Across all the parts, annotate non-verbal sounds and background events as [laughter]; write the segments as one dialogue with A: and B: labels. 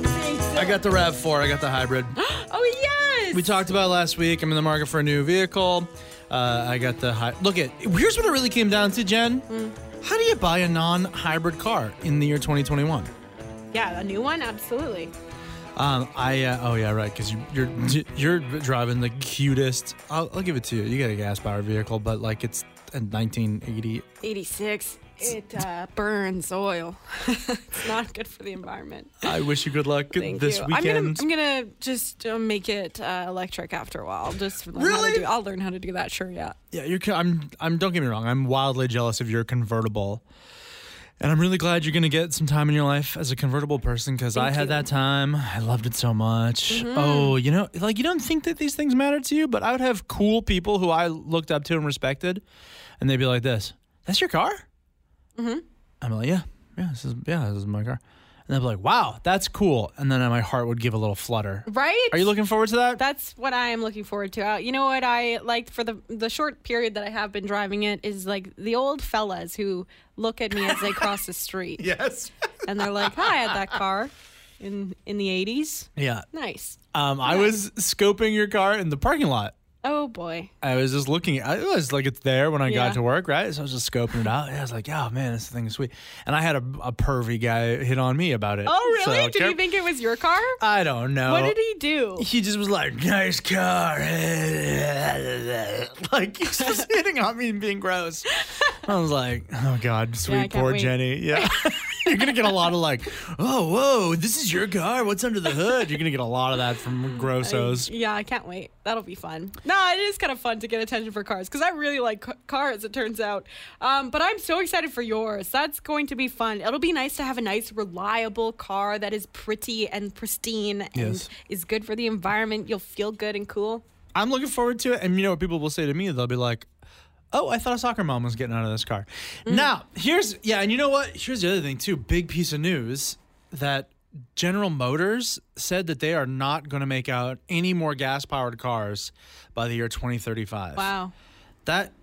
A: got the RAV4. I got the hybrid.
B: Oh yes.
A: We talked about it last week. I'm in the market for a new vehicle. Uh, I got the high. Look at here's what it really came down to, Jen.
B: Hmm.
A: How do you buy a non-hybrid car in the year 2021?
B: yeah, a new one, absolutely.
A: Um, I uh, oh yeah right because you, you're you're driving the cutest. I'll, I'll give it to you. You got a gas-powered vehicle, but like it's a 1980.
B: 86. It uh, burns oil. [laughs] it's not good for the environment.
A: I wish you good luck
B: Thank
A: this
B: you.
A: weekend.
B: I'm gonna, I'm gonna just uh, make it uh, electric after a while. Just learn how to
A: Really?
B: do- I'll learn how to do that. Sure, yeah.
A: Yeah, you're. co- I'm. I'm. Don't get me wrong. I'm wildly jealous of your convertible, and I'm really glad you're gonna get some time in your life as a convertible person because I had
B: you.
A: that time. I loved it so much. Oh, you know, like you don't think that these things matter to you, but I would have cool people who I looked up to and respected, and they'd be like, "This, that's your car." Mm-hmm. I'm like, "Yeah, yeah, this is yeah, this is my car," and they'd be like, "Wow, that's cool," and then my heart would give a little flutter.
B: Right?
A: Are you looking forward to that?
B: That's what I am looking forward to. Uh, you know what I liked for the the short period that I have been driving it is like the old fellas who look at me as they cross
A: [laughs]
B: the street
A: yes.
B: and they're like, "Hi, I had that car in in the '80s.
A: yeah.
B: Nice.
A: Um, I was scoping your car in the parking lot.
B: Oh boy,
A: I was just looking. I it was like, it's there when I
B: Yeah.
A: got to work, right? So I was just scoping it out. And I was like, oh man, this thing is sweet. And I had a, a pervy guy hit on me about it.
B: Oh,
A: So,
B: really? Did
A: care-
B: you think it was your car?
A: I don't know.
B: what did he do?
A: He just was like, nice car. [laughs] like,
B: [laughs]
A: he's just hitting on me and being gross. I was like, oh, God, sweet
B: can't
A: poor
B: wait. [laughs]
A: Jenny. Yeah. You're going to get a lot of like, oh, whoa, this is your car. What's under the hood? You're going to get a lot of that from grossos.
B: Yeah, I can't wait. That'll be fun. No, it is kind of fun to get attention for cars because I really like c- cars, it turns out. Um, but I'm so excited for yours. That's going to be fun. It'll be nice to have a nice, reliable car that is pretty and pristine and
A: Yes.
B: is good for the environment. You'll feel good and cool.
A: I'm looking forward to it. And you know what people will say to me? They'll be like, Oh, I thought a soccer mom was getting out of this car. Now, here's, yeah, and you know what? Here's the other thing, too. Big piece of news that General Motors said that they are not going to make out any more gas powered cars by the year 2035.
B: Wow.
A: That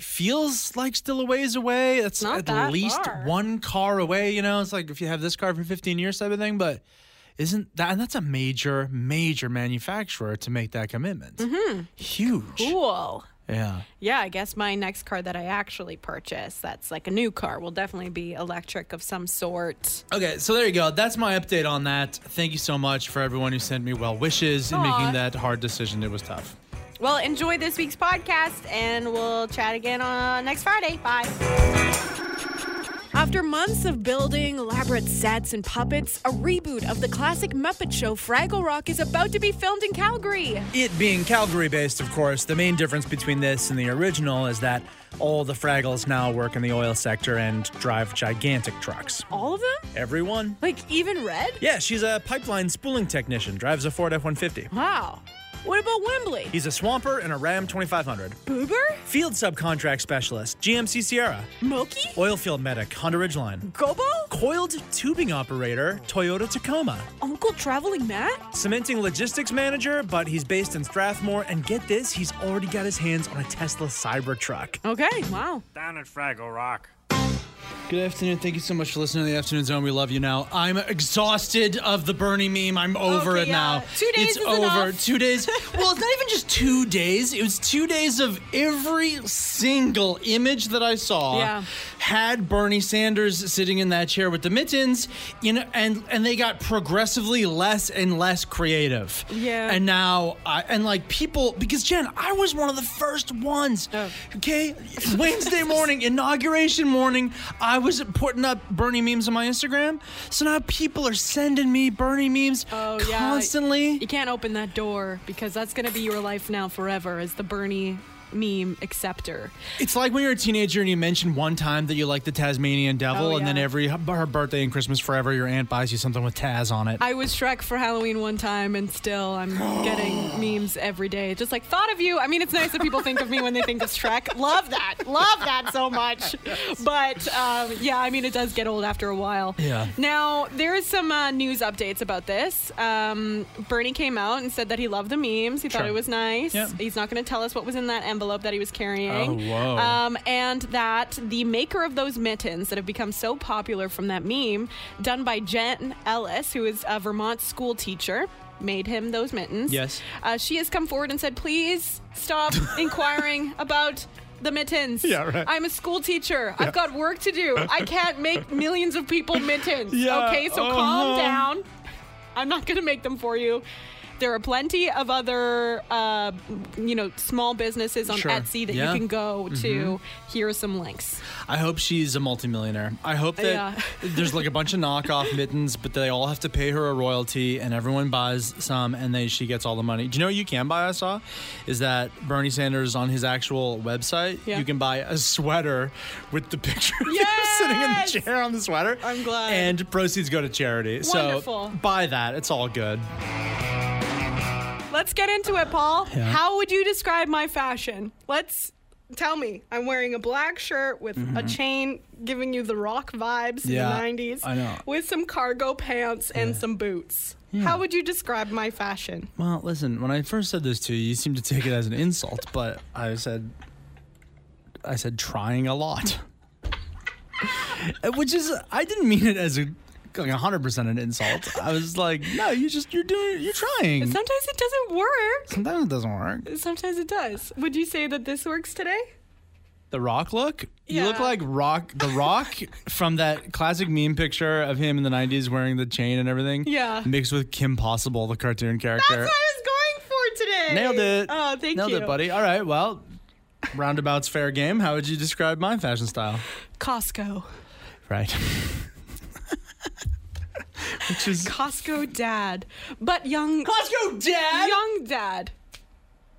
A: feels like still a ways away. That's
B: Not
A: at
B: that
A: least
B: far.
A: one car away, you know? It's like if you have this car for 15 years type of thing, but. Isn't that and that's a major, major manufacturer to make that commitment? Huge.
B: Mm-hmm. Cool.
A: Yeah.
B: Yeah, I guess my next car that I actually purchase, that's like a new car, will definitely be electric of some sort.
A: Okay, so there you go. That's my update on that. Thank you so much for everyone who sent me well wishes in
B: Aw.
A: making that hard decision. It was tough.
B: Well, enjoy this week's podcast, and we'll chat again on next Friday. Bye.
C: After months of building elaborate sets and puppets, a reboot of the classic Muppet Show Fraggle Rock is about to be filmed in Calgary.
A: It being Calgary based, of course, the main difference between this and the original is that all the Fraggles now work in the oil sector and drive gigantic trucks.
C: All of them?
A: Everyone?
C: Like even Red?
A: Yeah, she's a pipeline spooling technician, drives a Ford F 150.
C: Wow. What about Wembley?
A: He's a swamper and a Ram 2500.
C: Boober?
A: Field subcontract specialist, GMC Sierra.
C: Moki?
A: Oil field medic, Honda Ridgeline.
C: Gobo?
A: Coiled tubing operator, Toyota Tacoma.
C: Uncle Traveling Matt?
A: Cementing logistics manager, but he's based in Strathmore. And get this, he's already got his hands on a Tesla Cybertruck.
C: Okay, wow.
D: Down at Fraggle Rock.
A: Good afternoon. Thank you so much for listening to the Afternoon Zone. We love you now. I'm exhausted of the Bernie meme. I'm over
B: Okay,
A: it
B: yeah.
A: now.
B: Two days
A: It's
B: is
A: over.
B: enough. [laughs]
A: Two days. Well, it's not even just two days. It was two days of every single image that I saw
B: Yeah.
A: had Bernie Sanders sitting in that chair with the mittens. You know, and and they got progressively less and less creative.
B: Yeah.
A: And now, I, and like people, because Jen, I was one of the first ones.
B: Oh.
A: Okay, Wednesday morning, inauguration morning, I was putting up Bernie memes on my Instagram. So now people are sending me Bernie memes
B: Oh, yeah.
A: constantly.
B: You can't open that door because that's going to be your life now forever as the Bernie meme acceptor.
A: It's like when you're a teenager and you mention one time that you like the Tasmanian devil,
B: Oh,
A: and then
B: yeah.
A: every her birthday and Christmas forever, your aunt buys you something with Taz on it.
B: I was Shrek for Halloween one time and still
A: [gasps]
B: I'm getting memes every day. Just like thought of you. I mean, it's nice that people think of me when they think of Shrek. Love that. Love that so much. But um, yeah, I mean, it does get old after a while.
A: Yeah.
B: Now, there is some uh, news updates about this. Um, Bernie came out and said that he loved the memes. He thought
A: Sure.
B: it was nice.
A: Yeah.
B: He's not going to tell us what was in that envelope envelope that he was carrying.
A: Oh, whoa.
B: Um, and that the maker of those mittens that have become so popular from that meme, done by Jen Ellis, who is a Vermont school teacher, made him those mittens.
A: Yes.
B: Uh, she has come forward and said, please
A: [laughs]
B: stop inquiring about the mittens.
A: Yeah, right.
B: I'm a school teacher. I've got work to do. I can't
A: [laughs]
B: make millions of people mittens.
A: Yeah,
B: Okay, so
A: uh-huh.
B: calm down. I'm not going to make them for you. There are plenty of other, uh, you know, small businesses on
A: Sure.
B: Etsy that
A: Yeah. Mm-hmm.
B: you can go to. Here are some links.
A: I hope she's a multimillionaire. I hope that
B: Yeah. [laughs]
A: there's like a bunch of knockoff mittens, but they all have to pay her a royalty, and everyone buys some, and then she gets all the money. Do you know what you can buy? I saw is that Bernie Sanders on his actual website,
B: Yeah.
A: you can buy a sweater with the picture
B: Yes!
A: of him sitting in the chair on the sweater.
B: I'm glad.
A: And proceeds go to charity.
B: Wonderful.
A: So buy that. It's all good.
B: Let's get into it, Paul.
A: Yeah.
B: How would you describe my fashion? Let's tell me. I'm wearing a black shirt with a chain giving you the rock vibes
A: Mm-hmm. Yeah,
B: in the 90s.
A: I know.
B: With some cargo pants and some boots. How would you describe my fashion?
A: Well, listen, when I first said this to you, you seemed to take it as an insult, but I said, I said trying a lot, Uh, which is I didn't mean it as a like hundred percent an insult. I was like, no, you just you're doing you're trying.
B: Sometimes it doesn't work.
A: Sometimes it doesn't work.
B: Sometimes it does. Would you say that this works today?
A: The Rock look. You look
B: Yeah.
A: like Rock, the Rock from that classic meme picture of him in the '90s wearing the chain and everything.
B: Yeah.
A: mixed with Kim Possible, the cartoon character.
B: That's what I was going for today.
A: Nailed it.
B: Oh, thank
A: Nailed
B: you.
A: it, buddy. All right, well, roundabout's fair game. How would you describe my fashion style?
B: Costco.
A: Right. [laughs] Which is
B: Costco dad. But young
A: Costco dad.
B: young dad.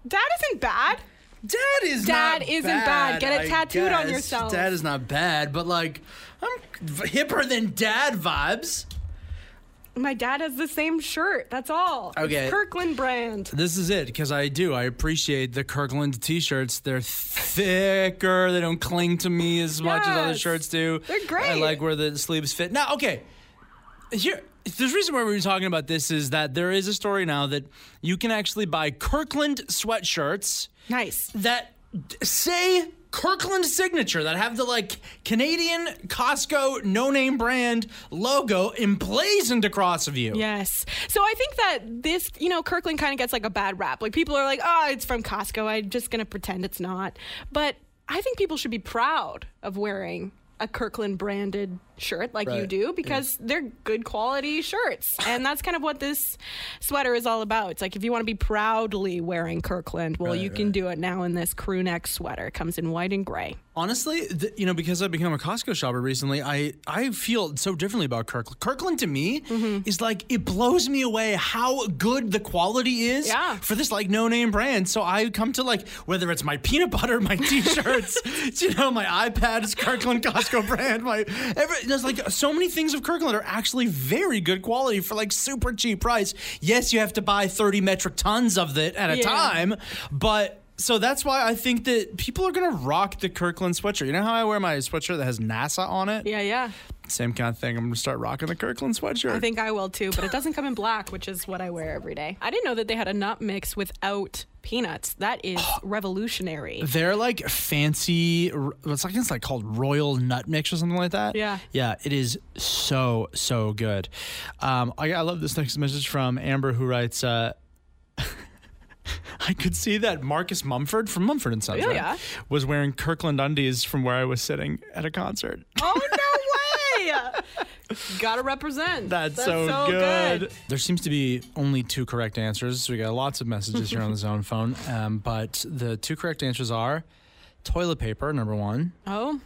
B: Dad isn't bad.
A: Dad is
B: Dad
A: not
B: isn't bad. Get it
A: I
B: tattooed on
A: guess.
B: yourself.
A: Dad is not bad, but like I'm hipper than dad vibes.
B: My dad has the same shirt. That's all. It's
A: Okay.
B: Kirkland brand.
A: This is it because I do. I appreciate the Kirkland t-shirts. They're thicker. They don't cling to me as much as other
B: Yes.
A: shirts do.
B: They're great.
A: I like where the sleeves fit. Now, okay. Here, the reason why we were talking about this is that there is a story now that you can actually buy Kirkland sweatshirts
B: Nice.
A: that d- say Kirkland signature that have the like Canadian Costco no-name brand logo emblazoned across of you.
B: Yes. So I think that this, you know, Kirkland kind of gets like a bad rap. Like people are like, oh, it's from Costco. I'm just going to pretend it's not. But I think people should be proud of wearing a Kirkland branded shirt like you
A: Right.
B: do because they're good quality shirts. And that's kind of what this sweater is all about. It's like if you want to be proudly wearing Kirkland, well,
A: Right,
B: you can
A: right.
B: do it now in this crew neck sweater. It comes in white and gray.
A: Honestly, th- you know, because I've become a Costco shopper recently, I, I feel so differently about Kirkland. Kirkland to me
B: Mm-hmm.
A: is like, it blows me away how good the quality is
B: Yeah.
A: for this like no name brand. So I come to like, whether it's my peanut butter, my [laughs] t shirts, [laughs] you know, my iPad is Kirkland Costco brand. My every, There's like so many things of Kirkland are actually very good quality for like super cheap price. Yes, you have to buy 30 metric tons of it at a
B: Yeah.
A: time time, But so that's why I think that people are gonna rock the Kirkland sweatshirt. You know how I wear my sweatshirt that has NASA on it?
B: Yeah, yeah.
A: Same kind of thing. I'm gonna start rocking the Kirkland sweatshirt.
B: I think I will too, but it doesn't come in black, which is what I wear every day. I didn't know that they had a nut mix without peanuts. That
A: [gasps]
B: is
A: [laughs]
B: revolutionary.
A: they're like fancy. r- What's I think it's like called royal nut mix or something like that.
B: Yeah.
A: yeah. It is so so good. Um, I, I love this next message from Amber who writes. Uh, [laughs] I could see that Marcus Mumford from Mumford and Sons
B: Yeah,
A: right,
B: Oh, yeah.
A: was wearing Kirkland undies from where I was sitting at a concert.
B: Oh no way! Gotta represent.
A: That's, so, good. There seems to be only two correct answers. So we got lots of messages here on the zone phone. Um, but the two correct answers are toilet paper, number one.
B: Oh,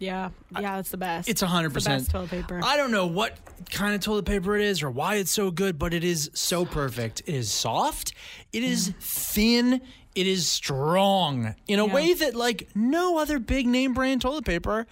B: yeah, yeah. That's the best.
A: It's 100%.
B: the best toilet paper.
A: I don't know what kind of toilet paper it is or why it's so good, but it is so perfect. It is soft, it is thin, it is strong in a
B: Yeah.
A: way that, like, no other big name brand toilet paper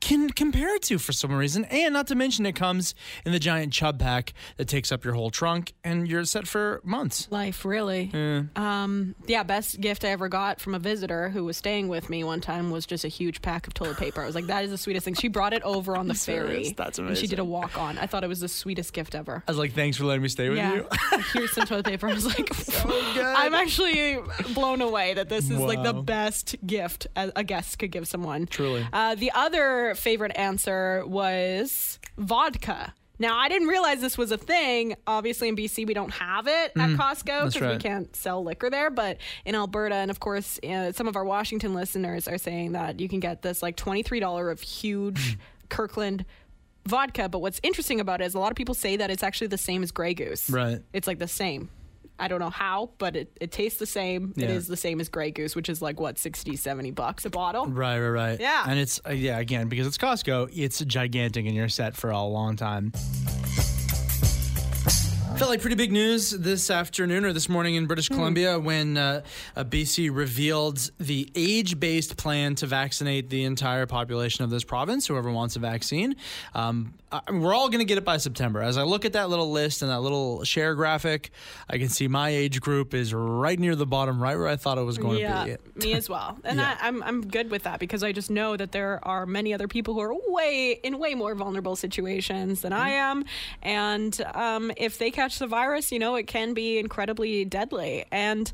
A: can compare it to for some reason. And not to mention, it comes in the giant chub pack that takes up your whole trunk, and you're set for months.
B: Life, really. Um, yeah, best gift I ever got from a visitor who was staying with me one time was just a huge pack of toilet paper. I was like, that is the sweetest thing. She brought it over on the ferry.
A: [laughs] serious? That's
B: And she did a
A: amazing.
B: walk on. I thought it was the sweetest gift ever.
A: I was like, thanks for letting me stay with
B: yeah.
A: you.
B: Here's some toilet paper. [laughs] I was
A: [laughs]
B: like, [gasps] I'm actually blown away that this is like the
A: Wow.
B: best gift a, a guest could give someone.
A: Truly.
B: Uh, the other favorite answer was vodka. Now, I didn't realize this was a thing. Obviously, in BC, we don't have it at Costco
A: Mm-hmm. that's
B: because we
A: right.
B: can't sell liquor there. But in Alberta, and of course, uh, some of our Washington listeners are saying that you can get this like $23 of
A: Mm.
B: huge Kirkland vodka. But what's interesting about it is a lot of people say that it's actually the same as Grey Goose.
A: Right.
B: It's like the same. I don't know how, but it, it tastes the same. It
A: Yeah.
B: is the same as Grey Goose, which is like, what, 60, 70 bucks a bottle?
A: Right, right, right.
B: Yeah.
A: And it's, uh, yeah, again, because it's Costco, it's gigantic and you're set for a long time. Felt like pretty big news this afternoon or this morning in
B: Hmm.
A: British Columbia when uh, uh, BC revealed the age based plan to vaccinate the entire population of this province, whoever wants a vaccine. Um, I, we're all going to get it by September. As I look at that little list and that little share graphic, I can see my age group is right near the bottom, right where I thought it was going
B: yeah,
A: to be.
B: me as
A: [laughs]
B: well. And
A: Yeah.
B: I, I'm I'm good with that because I just know that there are many other people who are way in way more vulnerable situations than I
A: Mm-hmm.
B: am, and um, if they catch the virus, you know, it can be incredibly deadly. And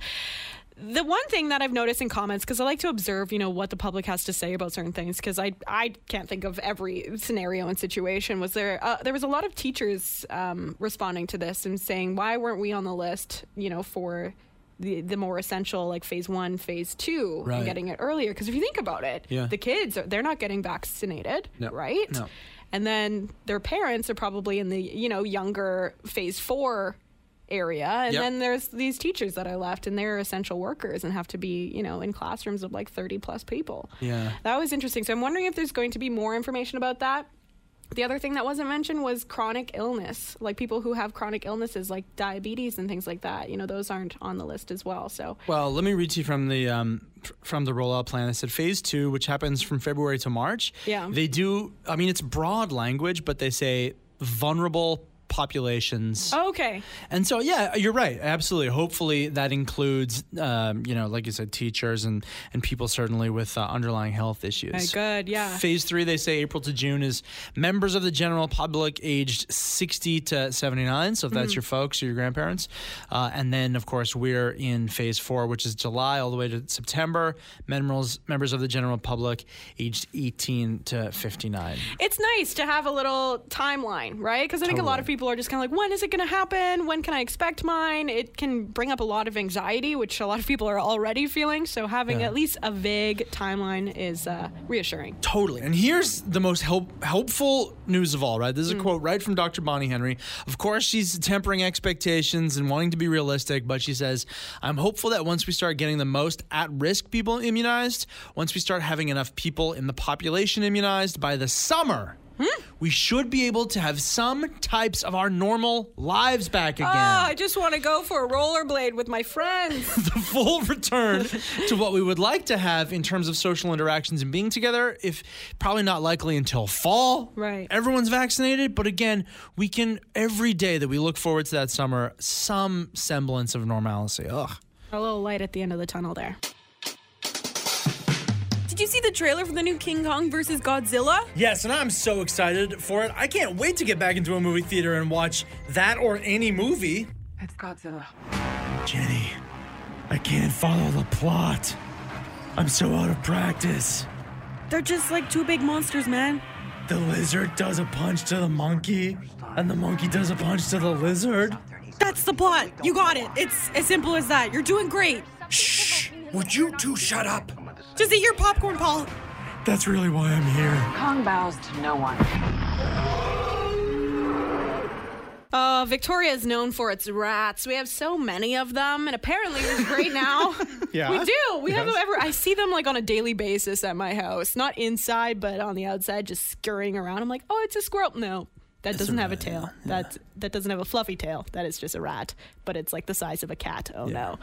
B: the one thing that I've noticed in comments, because I like to observe, you know, what the public has to say about certain things, because I I can't think of every scenario and situation. Was there uh, there was a lot of teachers um, responding to this and saying, why weren't we on the list, you know, for the, the more essential like phase one phase two and
A: Right.
B: getting it earlier because if you think about it
A: Yeah.
B: the kids are, they're not getting vaccinated
A: No.
B: right
A: No.
B: and then their parents are probably in the you know younger phase four area and
A: Yep.
B: then there's these teachers that are left and they're essential workers and have to be you know in classrooms of like 30 plus people
A: Yeah.
B: that was interesting so i'm wondering if there's going to be more information about that the other thing that wasn't mentioned was chronic illness, like people who have chronic illnesses like diabetes and things like that. You know, those aren't on the list as well. So
A: Well, let me read to you from the um, f- from the rollout plan. It said phase two, which happens from February to March.
B: Yeah.
A: they do. I mean, it's broad language, but they say vulnerable populations.
B: okay,
A: And so, yeah, you're right. Absolutely. Hopefully, that includes, um, you know, like you said, teachers and and people certainly with uh, underlying health issues.
B: Okay, good, yeah.
A: Phase three, they say April to June is members of the general public aged 60 to 79. So if that's your folks or your grandparents, uh, and then of course we're in phase four, which is July all the way to September. Members members of the general public aged 18 to 59.
B: it's nice to have a little timeline, right? Because I think a lot of
A: Totally.
B: people are just kind of like, when is it going to happen? When can I expect mine? It can bring up a lot of anxiety, which a lot of people are already feeling. So having
A: Yeah.
B: at least a vague timeline is uh, reassuring.
A: Totally. And here's the most help, helpful news of all, right? This is a quote right from Dr. Bonnie Henry. Of course, she's tempering expectations and wanting to be realistic, but she says, I'm hopeful that once we start getting the most at risk people immunized, once we start having enough people in the population immunized by the summer, we should be able to have some types of our normal lives back again.
B: Ah, I just want to go for a rollerblade with my friends.
A: [laughs] the full return to what we would like to have in terms of social interactions and being together if probably not likely until fall
B: Right.
A: everyone's vaccinated but again we can every day that we look forward to that summer some semblance of normalcy ugh
B: a little light at the end of the tunnel there.
C: Did you see the trailer for the new King Kong versus Godzilla?
A: yes and i'm so excited for it i can't wait to get back into a movie theater and watch that or any movie
D: It's Godzilla.
A: jenny i can't follow the plot i'm so out of practice
C: They're just like two big monsters, man.
A: The lizard does a punch to the monkey, and the monkey does a punch to the lizard.
C: That's the plot. You got it. It's as simple as that. You're doing great.
A: Shh! Would you two shut up?
C: Just eat your popcorn, Paul.
A: That's really why I'm here.
D: Kong bows to no one.
B: Uh, Victoria is known for its rats. We have so many of them, and apparently it's
C: [laughs]
B: right now.
A: Yeah.
B: we do. We have
A: Yes.
B: them ever. I see them like on a daily basis at my house, not inside, but on the outside, just scurrying around. I'm like, oh, it's a squirrel. No, that doesn't have a
A: rat, yeah,
B: tail. That's that doesn't have a fluffy tail. That is just a rat, but it's like the size of a cat. Oh no.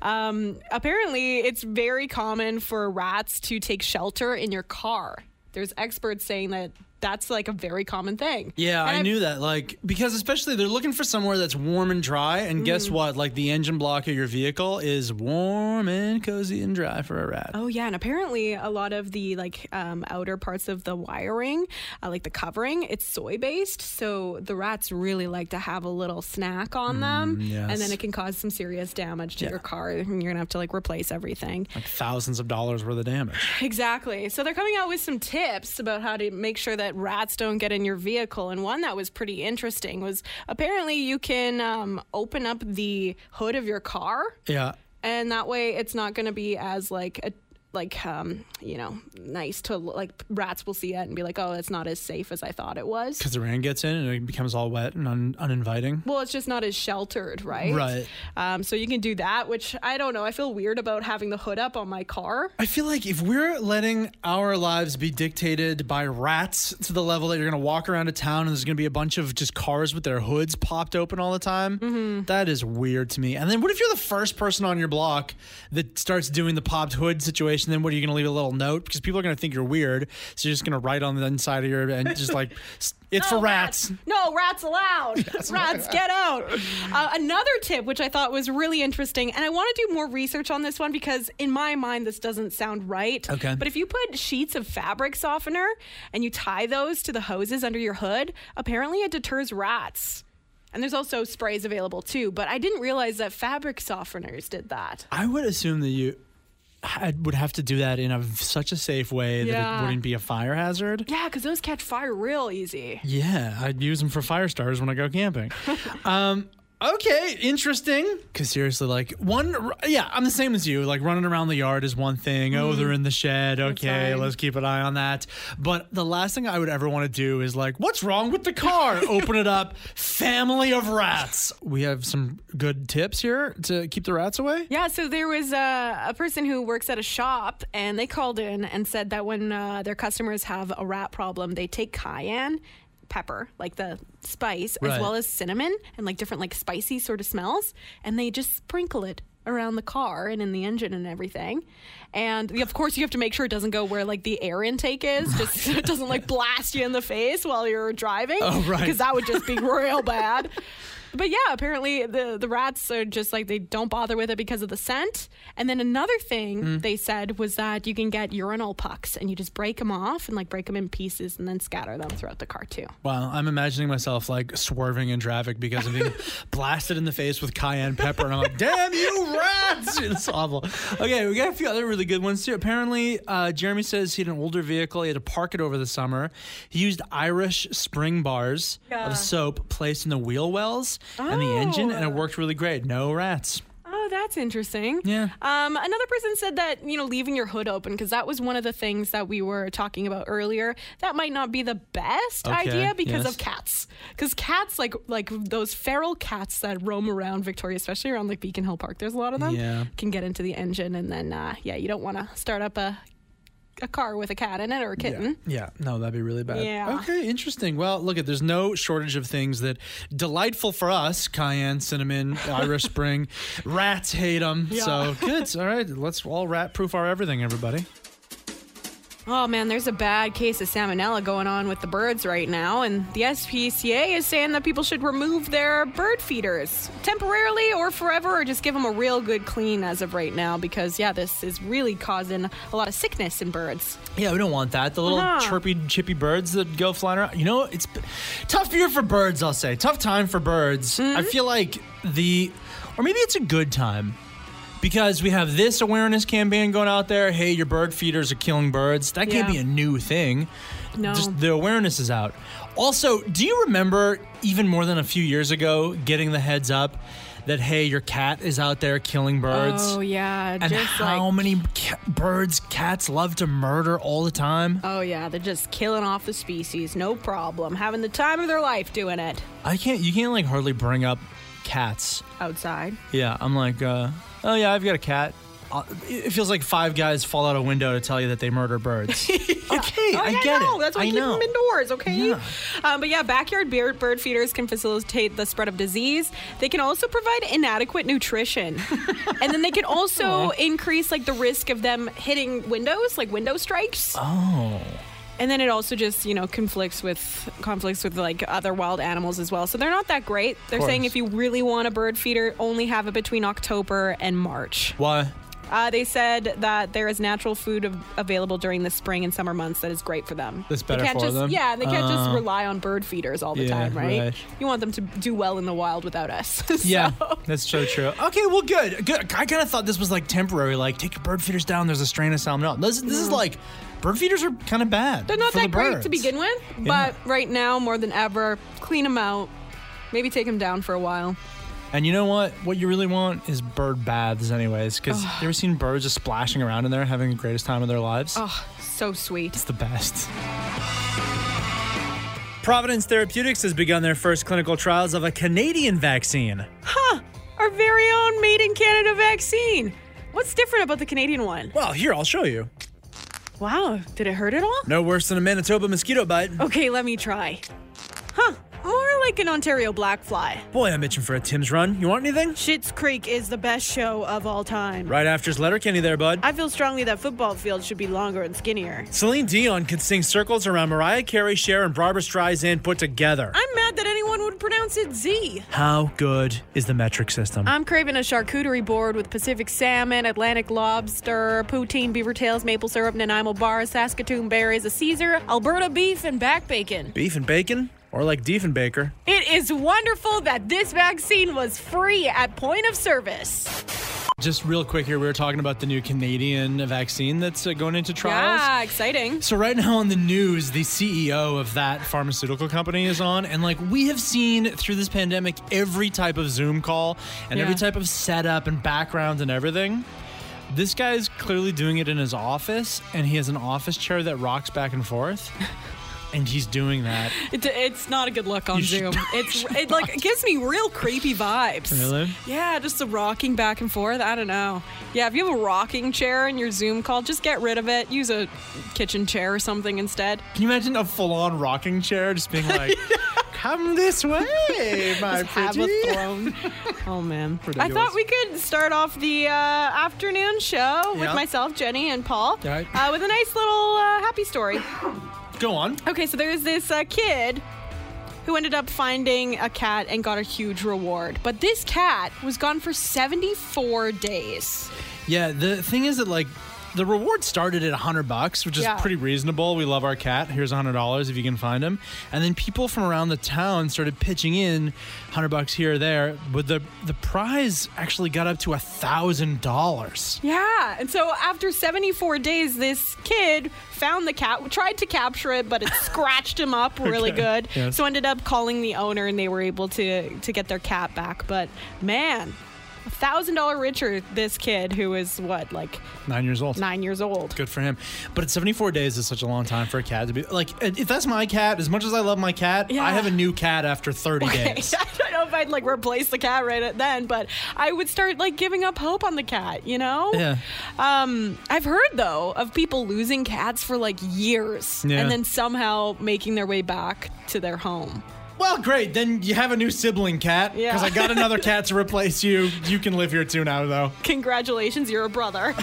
B: Um, apparently, it's very common for rats to take shelter in your car. there's experts saying that that's like a very common thing.
A: Yeah,
B: And
A: I
B: I've-
A: knew that. Like, because especially they're looking for somewhere that's warm and dry. And
B: Mm.
A: guess what? Like, the engine block of your vehicle is warm and cozy and dry for a rat.
B: Oh yeah, and apparently a lot of the like um, outer parts of the wiring, uh, like the covering, it's soy based, so the rats really like to have a little snack on them, and
A: Mm, yes.
B: then it can cause some serious damage to
A: Yeah.
B: your car, and you're gonna have to like replace everything.
A: Like, thousands of dollars worth of damage.
B: Exactly. So they're coming out with some tips about how to make sure that rats don't get in your vehicle. And one that was pretty interesting was apparently you can um, open up the hood of your car,
A: Yeah.
B: and that way it's not going to be as like a like um you know nice to like rats will see it and be like oh it's not as safe as I thought it was.
A: Because the rain gets in and it becomes all wet and un- uninviting.
B: Well, it's just not as sheltered, right?
A: Right.
B: Um, so you can do that, which I don't know. I feel weird about having the hood up on my car.
A: I feel like if we're letting our lives be dictated by rats to the level that you're going to walk around a town and there's going to be a bunch of just cars with their hoods popped open all the time, that is weird to me. And then what if you're the first person on your block that starts doing the popped hood situation? Then what are you going to leave a little note because people are going to think you're weird? So you're just going to write on the inside of your and just like [laughs] s- it's
B: No,
A: for rats.
B: No, Oh, rats
A: [laughs]
B: allowed. rats, get out. Uh, another tip, which I thought was really interesting, and I want to do more research on this one because in my mind, this doesn't sound right.
A: Okay.
B: But if you put sheets of fabric softener and you tie those to the hoses under your hood, apparently it deters rats. And there's also sprays available too, but I didn't realize that fabric softeners did that.
A: I would assume that you I would have to do that in a such a safe way that
B: Yeah.
A: it wouldn't be a fire hazard.
B: Yeah, because those catch fire real easy.
A: Yeah, I'd use them for fire starters when I go camping. um, okay, interesting. Because seriously, like one, yeah, I'm the same as you. Like running around the yard is one thing. Oh, they're in the shed. Okay,
B: fine.
A: let's keep an eye on that. But the last thing I would ever want to do is like, what's wrong with the car? Open it up. Family of rats. We have some good tips here to keep the rats away.
B: Yeah, so there was uh, a, a person who works at a shop, and they called in and said that when uh, their customers have a rat problem, they take cayenne pepper, like the spice,
A: Right.
B: as well as cinnamon and like different like spicy sort of smells, and they just sprinkle it around the car and in the engine and everything. And of course, you have to make sure it doesn't go where like the air intake is, just so [laughs] it doesn't like blast you in the face while you're driving. [laughs]
A: Oh, right.
B: Because that would
A: [laughs]
B: just be real bad. But yeah, apparently the, the rats are just like, they don't bother with it because of the scent. And then another thing
A: Hmm.
B: they said was that you can get urinal pucks and you just break them off and like break them in pieces and then scatter them throughout the car too.
A: Wow, I'm imagining myself like swerving in traffic because I'm being blasted in the face with cayenne pepper, and I'm like, "Damn you rats!" [laughs] It's awful. Okay, we got a few other really good ones too. Apparently, uh, Jeremy says he had an older vehicle. He had to park it over the summer. He used Irish spring bars
B: Yeah.
A: of soap placed in the wheel wells and the engine, and it worked really great. No rats.
B: Oh, that's interesting.
A: Yeah.
B: Um, another person said that, you know, leaving your hood open, because that was one of the things that we were talking about earlier. That might not be the best
A: Okay,
B: idea because
A: yes.
B: of cats. Because cats, like like those feral cats that roam around Victoria, especially around like Beacon Hill Park, there's a lot of them,
A: Yeah.
B: can get into the engine. And then, uh, yeah, you don't want to start up a, a car with a cat in it or a kitten.
A: Yeah. yeah, no, that'd be really bad.
B: Hmm? Yeah.
A: Okay, interesting. Well, look at there's no shortage of things that delightful for us:
B: [laughs]
A: cayenne, cinnamon, Irish Spring. Rats hate them, so good. All right, let's all rat-proof our everything, everybody.
B: Oh man, there's a bad case of salmonella going on with the birds right now, and the SPCA is saying that people should remove their bird feeders temporarily or forever, or just give them a real good clean as of right now because, yeah, this is really causing a lot of sickness in birds.
A: Yeah, we don't want that. The little
B: Uh-huh.
A: chirpy, chippy birds that go flying around. You know, it's b- tough year for birds, I'll say. Tough time for birds.
B: Hmm?
A: I feel like the, or maybe it's a good time because we have this awareness campaign going out there. Hey, your bird feeders are killing birds. That can't
B: Yeah.
A: be a new thing.
B: No.
A: Just the awareness is out. Also, do you remember even more than a few years ago getting the heads up that, hey, your cat is out there killing birds?
B: Oh, yeah.
A: And
B: just
A: how
B: like,
A: many ca- birds cats love to murder all the time?
B: Oh, yeah, they're just killing off the species, no problem. Having the time of their life doing it
A: I can't. You can't like hardly bring up cats.
B: outside.
A: Yeah, I'm like, uh, oh yeah, I've got a cat. Uh, It feels like five guys fall out a window to tell [laughs] you that they murder birds. okay,
B: Oh,
A: I
B: yeah,
A: get
B: no,
A: it.
B: That's why
A: I
B: I keep
A: know.
B: them indoors, okay?
A: Yeah.
B: Um, but yeah, backyard beer, bird feeders can facilitate the spread of disease. They can also provide inadequate
A: [laughs]
B: nutrition. and then they can also increase like the risk of them hitting windows, like window strikes.
A: Oh,
B: And then it also just, you know, conflicts with conflicts with like other wild animals as well. So they're not that great. They're
A: course.
B: saying if you really want a bird feeder, only have it between October and March.
A: Why?
B: Uh, they said that there is natural food av- available during the spring and summer months that is great for them.
A: That's
B: They
A: better
B: can't
A: for
B: just,
A: them?
B: Yeah, they can't just
A: Uh,
B: rely on bird feeders all the
A: yeah,
B: time, right?
A: right.
B: You want them to do well in the wild without us. [laughs] So-
A: Yeah, that's so true. Okay, well, good. Good. I kind of thought this was like temporary. Like, take your bird feeders down. There's a strain of salmonella. This, this is like, bird feeders are kind of bad.
B: They're not that great to begin with,
A: Yeah.
B: but right now, more than ever, clean them out. Maybe take them down for a while.
A: And you know what? What you really want is bird baths, anyways. Because you ever seen birds just splashing around in there, having the greatest time of their lives?
B: Oh, so sweet.
A: It's the best. Providence Therapeutics has begun their first clinical trials of a Canadian vaccine.
B: Our very own made in Canada vaccine. What's different about the Canadian one?
A: Well, here, I'll show you.
B: Wow, did it hurt at all?
A: No worse than a Manitoba mosquito bite.
B: Okay, let me try. Huh, more like an Ontario black fly.
A: Boy, I'm itching for a Tim's run. You want anything?
B: Schitt's Creek is the best show of all time.
A: Right after's letter candy there, bud.
B: I feel strongly that football fields should be longer and skinnier.
A: Celine Dion could sing circles around Mariah Carey, Cher, and Barbara Streisand put together.
B: I'm mad that anyone would pronounce it Z.
A: How good is the metric system?
C: I'm craving a charcuterie board with Pacific salmon, Atlantic lobster, poutine, beaver tails, maple syrup, Nanaimo bars, Saskatoon berries, a Caesar, Alberta beef, and back bacon.
A: Beef and bacon? Or like Diefenbaker?
C: It is wonderful that this vaccine was free at point of service.
A: Just real quick here, we were talking about the new Canadian vaccine that's uh, going into trials.
B: Yeah, exciting.
A: So right now on the news, the CEO of that pharmaceutical company is on, and like we have seen through this pandemic, every type of Zoom call and every
B: Yeah.
A: type of setup and background and everything. This guy is clearly doing it in his office, and he has an office chair that rocks back
B: [laughs]
A: and forth, and he's doing that.
B: It, it's not a good look on
A: You should-
B: Zoom. It's it like it gives me real creepy vibes.
A: Really?
B: Yeah, just the rocking back and forth. I don't know. Yeah, if you have a rocking chair in your Zoom call, just get rid of it. Use a kitchen chair or something instead.
A: Can you imagine a full-on rocking chair just
B: [laughs]
A: being like, "Come this way, my
B: Have a
A: [laughs] pretty."
B: throne. oh man. I
A: Ridiculous.
B: thought we could start off the uh, afternoon show with
A: Yeah.
B: myself, Jenny, and Paul
A: Right.
B: uh, with a nice little uh, happy story.
A: Go on.
B: Okay, so there's this uh, kid who ended up finding a cat and got a huge reward. But this cat was gone for 74 days.
A: Yeah, the thing is that like the reward started at 100 bucks, which is
B: Yeah.
A: pretty reasonable. We love our cat. Here's $100 if you can find him. And then people from around the town started pitching in 100 bucks here or there, but the the prize actually got up to $1,000.
B: Yeah. And so after 74 days, this kid found the cat, tried to capture it,
A: [laughs]
B: but it scratched him up really
A: Okay,
B: good.
A: yes.
B: So ended up calling the owner and they were able to to get their cat back. But man, a thousand dollar richer this kid who is what, like
A: 9 years old.
B: nine years old.
A: Good for him. But at 74 days is such a long time for a cat to be like if that's my cat, as much as I love my cat,
B: Yeah.
A: I have a new cat
B: [laughs]
A: after 30 days.
B: [laughs] I don't know if I'd like replace the cat right at then, but I would start like giving up hope on the cat, you know?
A: Yeah.
B: Um, I've heard though of people losing cats for like years
A: Yeah.
B: and then somehow making their way back to their home.
A: Well, great. Then you have a new sibling cat
B: Yeah. [laughs]
A: because I got another cat to replace you. You can live here too now though.
B: Congratulations, you're a [laughs] brother.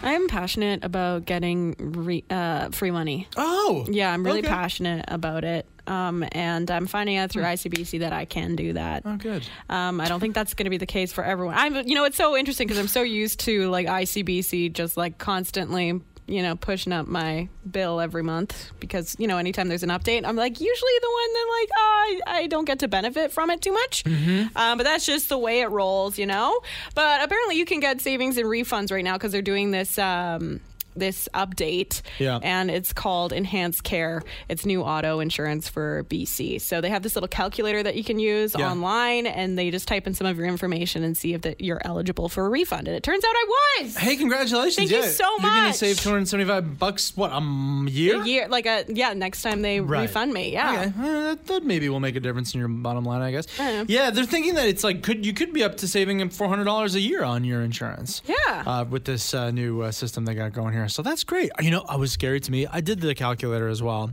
B: I am passionate about getting re- uh, free money.
A: Oh.
B: Yeah, I'm really
A: okay.
B: passionate about it. Um, and I'm finding out
A: Hmm.
B: through ICBC that I can do that.
A: Oh, good.
B: Um, I don't think that's going to be the case for everyone. I'm, you know, it's so interesting because I'm so used to like ICBC just like constantly, you know, pushing up my bill every month because you know anytime there's an update, I'm like usually the one that like oh, I, I don't get to benefit from it too much.
A: Mm-hmm.
B: Um, but that's just the way it rolls, you know. But apparently, you can get savings and refunds right now because they're doing this. Um, this update
A: Yeah.
B: and it's called Enhanced Care. It's new auto insurance for BC. So they have this little calculator that you can use
A: Yeah.
B: online and they just type in some of your information and see if that you're eligible for a refund. And it turns out I was.
A: Hey, congratulations!
B: Thank you
A: yeah.
B: so
A: You're gonna
B: much.
A: save two hundred seventy-five bucks. What a m- year?
B: A year like a yeah, next time they
A: Right.
B: refund me. Yeah.
A: Okay, uh, that, that maybe will make a difference in your bottom line, I guess.
B: Yeah.
A: Yeah, they're thinking that it's like could you could be up to saving him four hundred dollars a year on your insurance.
B: Yeah.
A: uh, with this uh, new uh, system they got going here, so that's great. You know, I was scary to me. I did the calculator as well.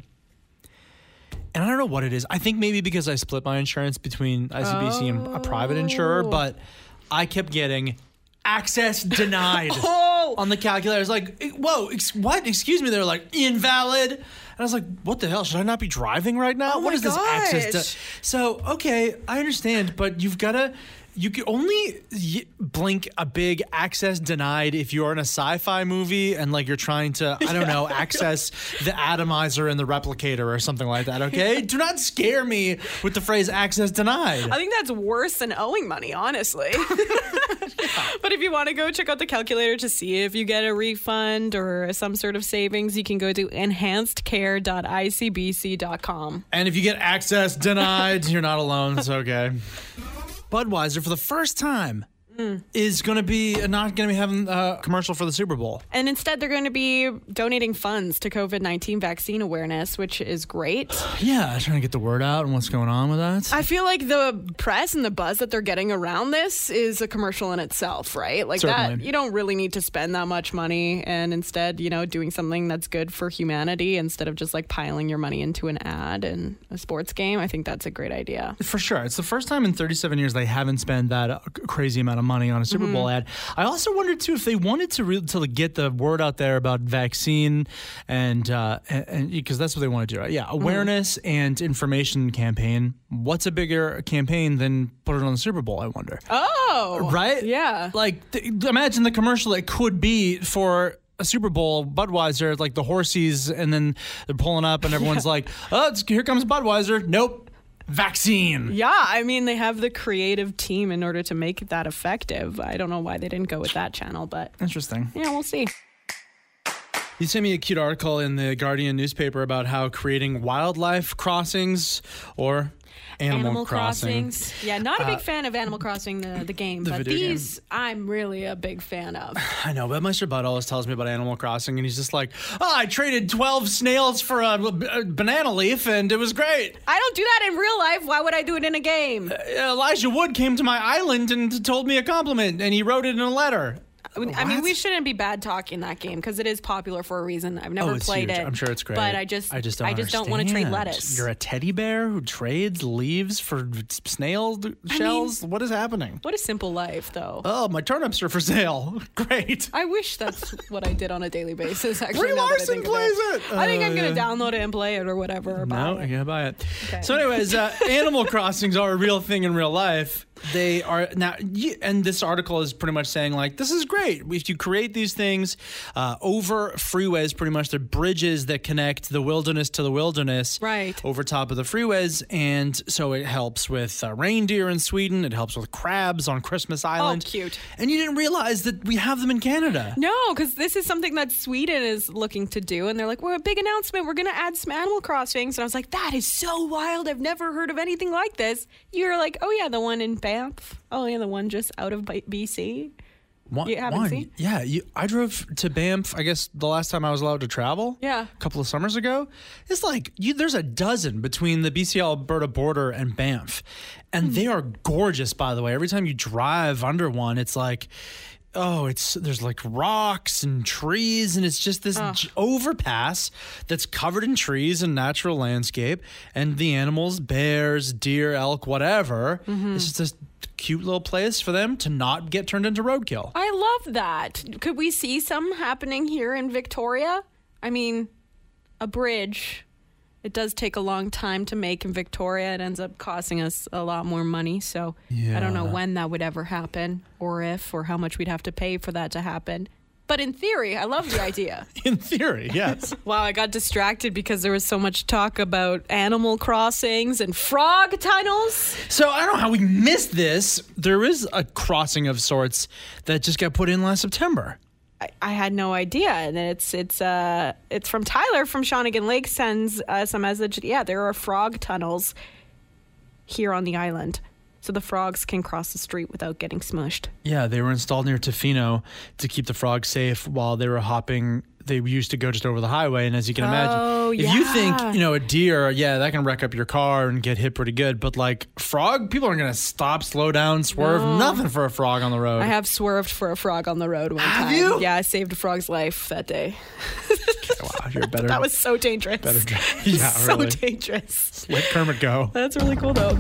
A: And I don't know what it is. I think maybe because I split my insurance between ICBC
B: Oh.
A: and a private insurer, but I kept getting access denied.
B: [laughs] Oh
A: on the calculator. I was like, "Eh, whoa, ex- what? Excuse me. They were like, invalid. And I was like, what the hell? Should I not be driving right now? what
B: Oh my
A: is this access
B: gosh.
A: to? So, okay, I understand, but you've got to. You can only y- blink a big access denied if you're in a sci-fi movie and like you're trying to I
B: [laughs]
A: don't know access the atomizer and the replicator or something like that. Okay, do not scare me with the phrase access denied.
B: I think that's worse than owing money,
A: [laughs]
B: honestly. But if you want to go check out the calculator to see if you get a refund or some sort of savings, you can go to enhancedcare.icbc.com.
A: And if you get access denied, you're not alone. It's okay. Budweiser, for the first time, is going to be uh, not going to be having a commercial for the Super Bowl.
B: And instead, they're going to be donating funds to COVID 19 vaccine awareness, which is great.
A: Yeah, trying to get the word out and what's going on with that.
B: I feel like the press and the buzz that they're getting around this is a commercial in itself, right? Like that,
A: Certainly.
B: you don't really need to spend that much money. And instead, you know, doing something that's good for humanity instead of just like piling your money into an ad and a sports game. I think that's a great idea.
A: for sure. It's the first time in 37 years they haven't spent that uh, c- crazy amount of money on a Super Bowl ad. I also wonder too if they wanted to re- to get the word out there about vaccine and uh, and because that's what they want to do, right? Yeah, awareness and information campaign. What's a bigger campaign than put it on the Super Bowl? I wonder.
B: Oh,
A: right?
B: Yeah.
A: Like, th- imagine the commercial it could be for a Super Bowl Budweiser, like the horses, and then they're pulling up, and everyone's like, "Oh, it's, here comes Budweiser." Nope, vaccine.
B: Yeah, I mean, they have the creative team in order to make that effective. I don't know why they didn't go with that channel, but
A: Interesting.
B: yeah, we'll see.
A: You sent me a cute article in the Guardian newspaper about how creating wildlife crossings or animal, crossings.
B: Yeah, not a big fan of Animal Crossing, the, the game,
A: the
B: but
A: video game.
B: these I'm really a big fan of.
A: I know, but Meister Bud always tells me about Animal Crossing, and he's just like, "Oh, I traded twelve snails for a, a banana leaf, and it was great."
B: I don't do that in real life. Why would I do it in a game?
A: Uh, Elijah Wood came to my island and told me a compliment, and he wrote it in a letter.
B: I mean, I mean, we shouldn't be bad talking that game because it is popular for a reason. I've never
A: Oh, it's
B: played
A: huge.
B: it.
A: I'm sure it's great.
B: But I just,
A: I just don't,
B: want to trade
A: understand.
B: lettuce.
A: You're a teddy bear who trades leaves for snail d- shells. what is happening?
B: what a simple life, though.
A: Oh, my turnips are for sale. [laughs] Great.
B: I wish that's [laughs] what I did on a daily basis. Actually,
A: Brie
B: now that I
A: Larson
B: think about
A: plays it.
B: I think
A: Oh,
B: I'm gonna
A: yeah.
B: download it and play it or whatever. or
A: No,
B: buy
A: I
B: it.
A: gotta buy it. So,
B: [laughs]
A: anyways, uh, Animal Crossings are a real thing in real life. They are now, y- and this article is pretty much saying like, this is great. If you create these things uh, over freeways, pretty much they're bridges that connect the wilderness to the wilderness,
B: Right.
A: Over top of the freeways, and so it helps with uh, reindeer in Sweden. It helps with crabs on Christmas Island.
B: Oh, cute.
A: And you didn't realize that we have them in Canada.
B: [laughs] No, because this is something that Sweden is looking to do, and they're like, "We're a big announcement. We're going to add some Animal Crossings." And I was like, "That is so wild. I've never heard of anything like this." You're like, "Oh yeah, the one in Banff. Oh yeah, the one just out of B- BC."
A: One,
B: You haven't
A: one.
B: seen?
A: Yeah, you, I drove to Banff. I guess the last time I was allowed to travel.
B: Yeah.
A: a couple of summers ago. It's like you, there's a dozen between the BC Alberta border and Banff, and
B: Hmm.
A: they are gorgeous. By the way, every time you drive under one, it's like. Oh, it's there's like rocks and trees, and it's just this j- overpass that's covered in trees and natural landscape, and the animals, bears, deer, elk, whatever.
B: Mm-hmm.
A: It's just this cute little place for them to not get turned into roadkill.
B: I love that. Could we see some happening here in Victoria? I mean, a bridge. It does take a long time to make in Victoria. It ends up costing us a lot more money. So I don't know
A: Yeah.
B: when that would ever happen or if or how much we'd have to pay for that to happen. But in theory, I love the idea.
A: In theory, yes.
B: [laughs] Wow, I got distracted because there was so much talk about animal crossings and frog tunnels.
A: [laughs] so I don't know how we missed this. There is a crossing of sorts that just got put in last September.
B: I, I had no idea, and it's it's uh it's from Tyler from Shawnigan Lake sends us a message. Yeah, there are frog tunnels here on the island, so the frogs can cross the street without getting smushed.
A: Yeah, they were installed near Tofino to keep the frogs safe while they were hopping. They used to go just over the highway, and as you can imagine,
B: Oh,
A: if you
B: yeah.
A: think you know a deer, yeah, that can wreck up your car and get hit pretty good. But like frog, people aren't gonna stop, slow down, swerve, nothing for a frog on the road.
B: I have swerved for a frog on the road one
A: Have
B: time.
A: you?
B: Yeah, I saved a frog's life that day.
A: wow, you're
B: [laughs]
A: better.
B: That was so dangerous. [laughs]
A: better. dri- [laughs] Yeah,
B: so
A: really.
B: dangerous.
A: Let Kermit go.
B: That's really cool though.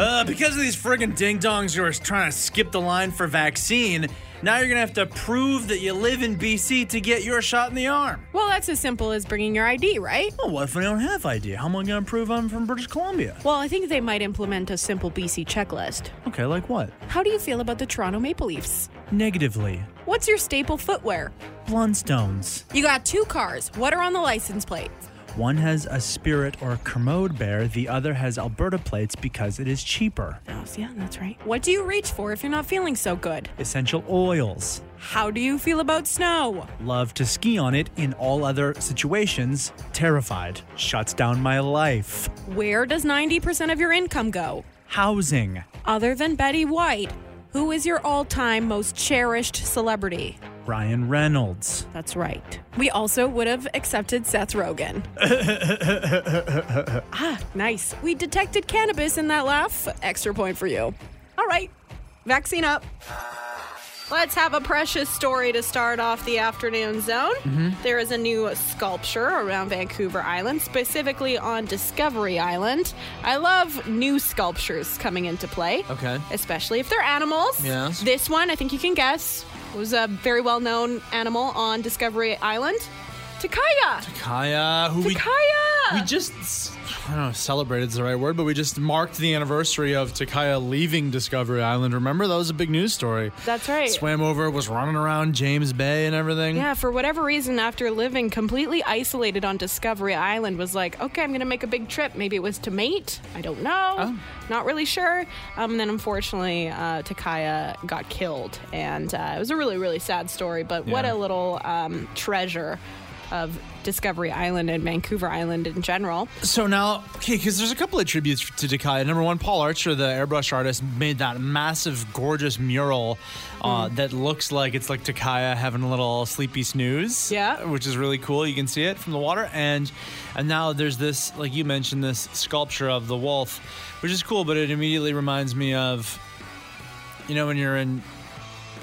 A: Uh, because of these friggin' ding dongs who are trying to skip the line for vaccine, Now you're gonna have to prove that you live in BC to get your shot in the arm.
C: Well, that's as simple as bringing your ID, right?
A: Well, what if I don't have ID? How am I gonna prove I'm from British Columbia?
C: Well, I think they might implement a simple BC checklist.
A: Okay, like what?
C: How do you feel about the Toronto Maple Leafs?
A: Negatively.
C: What's your staple footwear?
A: Blundstones.
C: You got two cars. What are on the license plates?
A: One has a spirit or commode bear, the other has Alberta plates because it is cheaper.
C: Oh, yeah, that's right. What do you reach for if you're not feeling so good?
A: Essential oils.
C: How do you feel about snow?
A: Love to ski on it in all other situations. Terrified. Shuts down my life.
C: Where does 90% of your income go?
A: Housing.
C: Other than Betty White, who is your all time most cherished celebrity?
A: Ryan Reynolds.
C: That's right. We also would have accepted Seth Rogen. ah, nice. We detected cannabis in that laugh. Extra point for you. All right, vaccine up.
B: Let's have a precious story to start off the afternoon zone. There is a new sculpture around Vancouver Island, specifically on Discovery Island. I love new sculptures coming into play.
A: Okay.
B: Especially if they're animals.
A: Yes.
B: This one, I think you can guess, was a very well known animal on Discovery Island. Takaya!
A: Kaya, who we
B: Takaya!
A: We just, I don't know, if celebrated is the right word, but we just marked the anniversary of Takaya leaving Discovery Island. Remember, that was a big news story.
B: That's right.
A: Swam over, was running around James Bay and everything.
B: Yeah, for whatever reason, after living completely isolated on Discovery Island, was like, okay, I'm going to make a big trip. Maybe it was to mate. I don't know.
A: Oh.
B: Not really sure. Um, and then unfortunately, uh, Takaya got killed. And uh, it was a really, really sad story, but what
A: Yeah.
B: a little um, treasure of Discovery Island and Vancouver Island in general.
A: So now, okay, because there's a couple of tributes to Takaya. Number one, Paul Archer, the airbrush artist, made that massive, gorgeous mural
B: Mm-hmm.
A: uh, that looks like it's like Takaya having a little sleepy snooze.
B: Yeah.
A: which is really cool. You can see it from the water, and and now there's this, like you mentioned, this sculpture of the wolf, which is cool. But it immediately reminds me of, you know, when you're in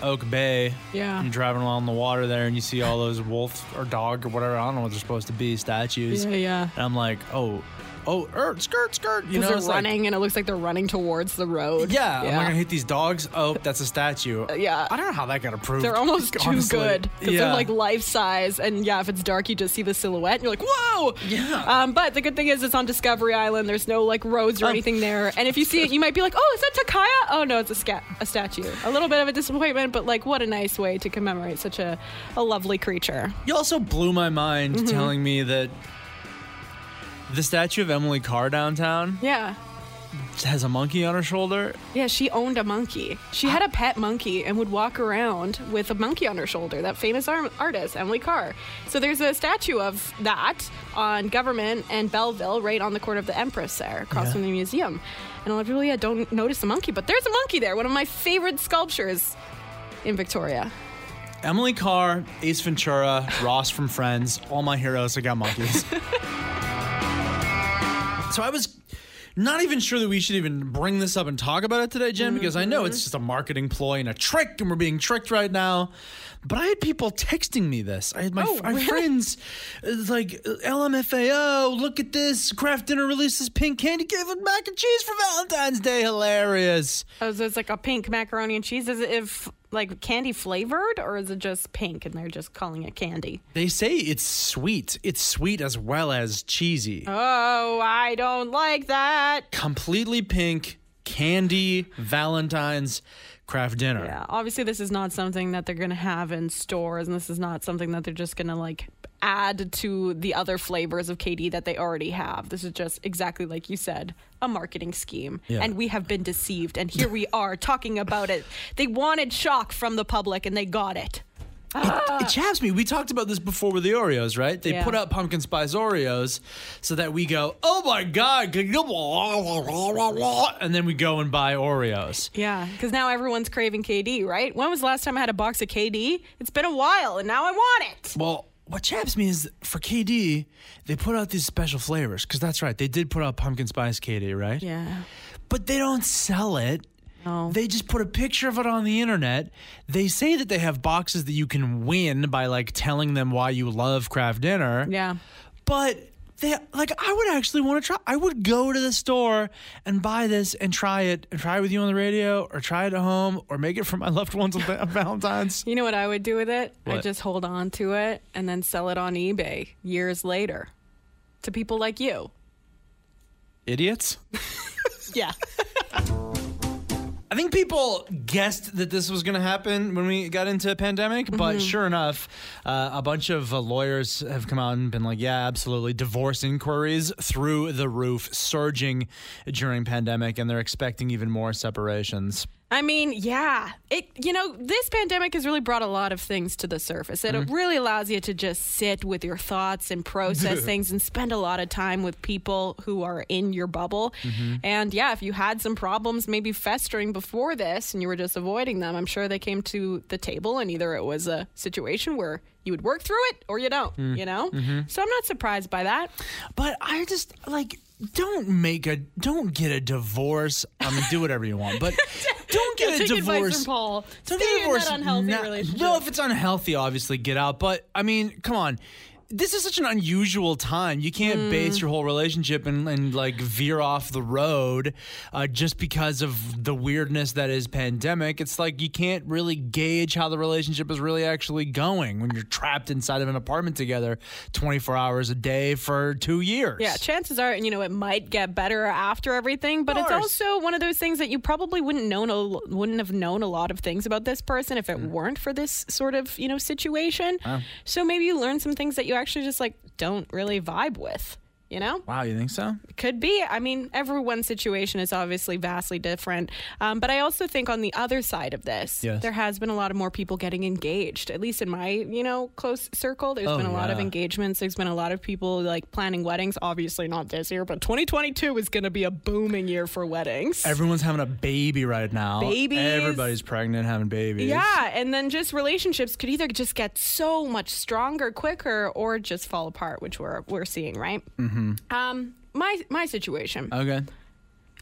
A: Oak Bay.
B: Yeah.
A: You're driving along the water there, and you see all those wolf or dog or whatever. I don't know what they're supposed to be statues.
B: Yeah, yeah.
A: And I'm like, oh, oh, er, skirt, skirt. You know,
B: Because
A: it's
B: they're
A: like-
B: running, and it looks like they're running towards the road.
A: yeah, am I
B: Yeah. Uh,
A: gonna hit these dogs? Oh, that's a statue.
B: yeah.
A: I don't know how that got approved.
B: They're almost too
A: honestly.
B: good because
A: Yeah.
B: they're like life size, and yeah, if it's dark, you just see the silhouette, and you're like, whoa.
A: Yeah.
B: Um, but the good thing is, it's on Discovery Island. There's no like roads
A: Um,
B: or anything there, and if you see it, you might be like, oh, is that Takaya? Oh no, it's a sca- a statue. A little bit of a disappointment, but like, what a nice way to commemorate such a, a lovely creature.
A: You also blew my mind
B: Mm-hmm.
A: telling me that the statue of Emily Carr downtown
B: Yeah.
A: has a monkey on her shoulder.
B: Yeah, she owned a monkey. She had a pet monkey and would walk around with a monkey on her shoulder, that famous ar- artist, Emily Carr. So there's a statue of that on Government and Belleville, right on the corner of the Empress there, across
A: Yeah.
B: from the museum. And a lot of people, yeah, don't notice the monkey, but there's a monkey there, one of my favorite sculptures in Victoria.
A: Emily Carr, Ace Ventura, Ross from Friends, all my heroes. I got monkeys.
B: [laughs]
A: so I was not even sure that we should even bring this up and talk about it today,
B: Mm-hmm.
A: Jen, because I know it's just a marketing ploy and a trick, and we're being tricked right now. But I had people texting me this. I had my,
B: Oh,
A: my
B: really?
A: friends uh, like LMFAO. Look at this! Kraft Dinner releases pink candy gave it mac and cheese for Valentine's Day. Hilarious.
B: Oh, so it's like a pink macaroni and cheese. Is it if like candy flavored, or is it just pink and they're just calling it candy?
A: They say it's sweet. It's sweet as well as cheesy.
B: Oh, I don't like that.
A: completely pink candy Valentine's craft dinner.
B: Yeah, obviously this is not something that they're going to have in stores and this is not something that they're just going to like add to the other flavors of KD that they already have. This is just exactly like you said, a marketing scheme.
A: Yeah.
B: And we have been deceived and here we are talking about it. They wanted shock from the public and they got it.
A: It chaps me. We talked about this before with the Oreos, right? They
B: Yeah.
A: put out pumpkin spice Oreos so that we go, oh my God, and then we go and buy Oreos.
B: Yeah, cuz now everyone's craving KD, right? When was the last time I had a box of KD? It's been a while and now I want it.
A: Well, what chaps me is for KD, they put out these special flavors because that's right. They did put out pumpkin spice KD, right?
B: Yeah.
A: But they don't sell it.
B: No.
A: They just put a picture of it on the internet. They say that they have boxes that you can win by like telling them why you love craft dinner.
B: Yeah.
A: But They like I would actually want to try. I would go to the store and buy this and try it and try it with you on the radio or try it at home or make it for my loved ones on Va- on Valentine's.
B: You know what I would do with it?
A: What?
B: I'd just hold on to it and then sell it on eBay years later to people like you.
A: Idiots.
E: Yeah.
A: I think people guessed that this was going to happen when we got into a pandemic,
E: Mm-hmm.
A: but sure enough, uh, a bunch of uh, lawyers have come out and been like, "Yeah, absolutely." Divorce inquiries through the roof, surging during pandemic, and they're expecting even more separations.
B: I mean, yeah. It you know, this pandemic has really brought a lot of things to the surface. It
A: Mm-hmm.
B: really allows you to just sit with your thoughts and
A: [laughs]
B: process things and spend a lot of time with people who are in your bubble.
A: Mm-hmm.
B: And yeah, if you had some problems maybe festering before this and you were just avoiding them, I'm sure they came to the table and either it was a situation where you would work through it or you don't,
A: Mm.
B: you know?
A: Mm-hmm.
B: So I'm not surprised by that.
A: But I just like don't make a don't get a divorce. I mean, do whatever you want, but
E: [laughs]
A: don't get a
E: Take advice
A: divorce.
E: from Paul.
A: Don't
E: Stay
A: get divorced.
E: in that unhealthy
A: now-
E: relationship.
A: No, if it's unhealthy, obviously get out. But I mean, come on. This is such an unusual time. You can't
B: Mm.
A: base your whole relationship and, and like veer off the road uh, just because of the weirdness that is pandemic. It's like you can't really gauge how the relationship is really actually going when you're trapped inside of an apartment together 24 hours a day for two years.
B: Yeah, chances are, you know, it might get better after everything, but it's
A: course.
B: also one of those things that you probably wouldn't known a, wouldn't have known a lot of things about this person if it weren't for this sort of you know situation. So maybe you learn some things that you actually just like don't really vibe with. You know,
A: Wow, you think so?
B: It could be. I mean, everyone's situation is obviously vastly different. Um, but I also think on the other side of this,
A: Yes.
B: there has been a lot of more people getting engaged. At least in my, you know, close circle, There's
A: Oh,
B: been a lot of
A: yeah.
B: engagements. There's been a lot of people like planning weddings. Obviously, not this year, but 2022 is going to be a booming year for weddings.
A: Everyone's having a baby right now.
B: Babies.
A: Everybody's pregnant, having babies.
B: yeah, and then just relationships could either just get so much stronger quicker or just fall apart, which we're we're seeing, right? Mm-hmm. Um, my my situation.
A: Okay.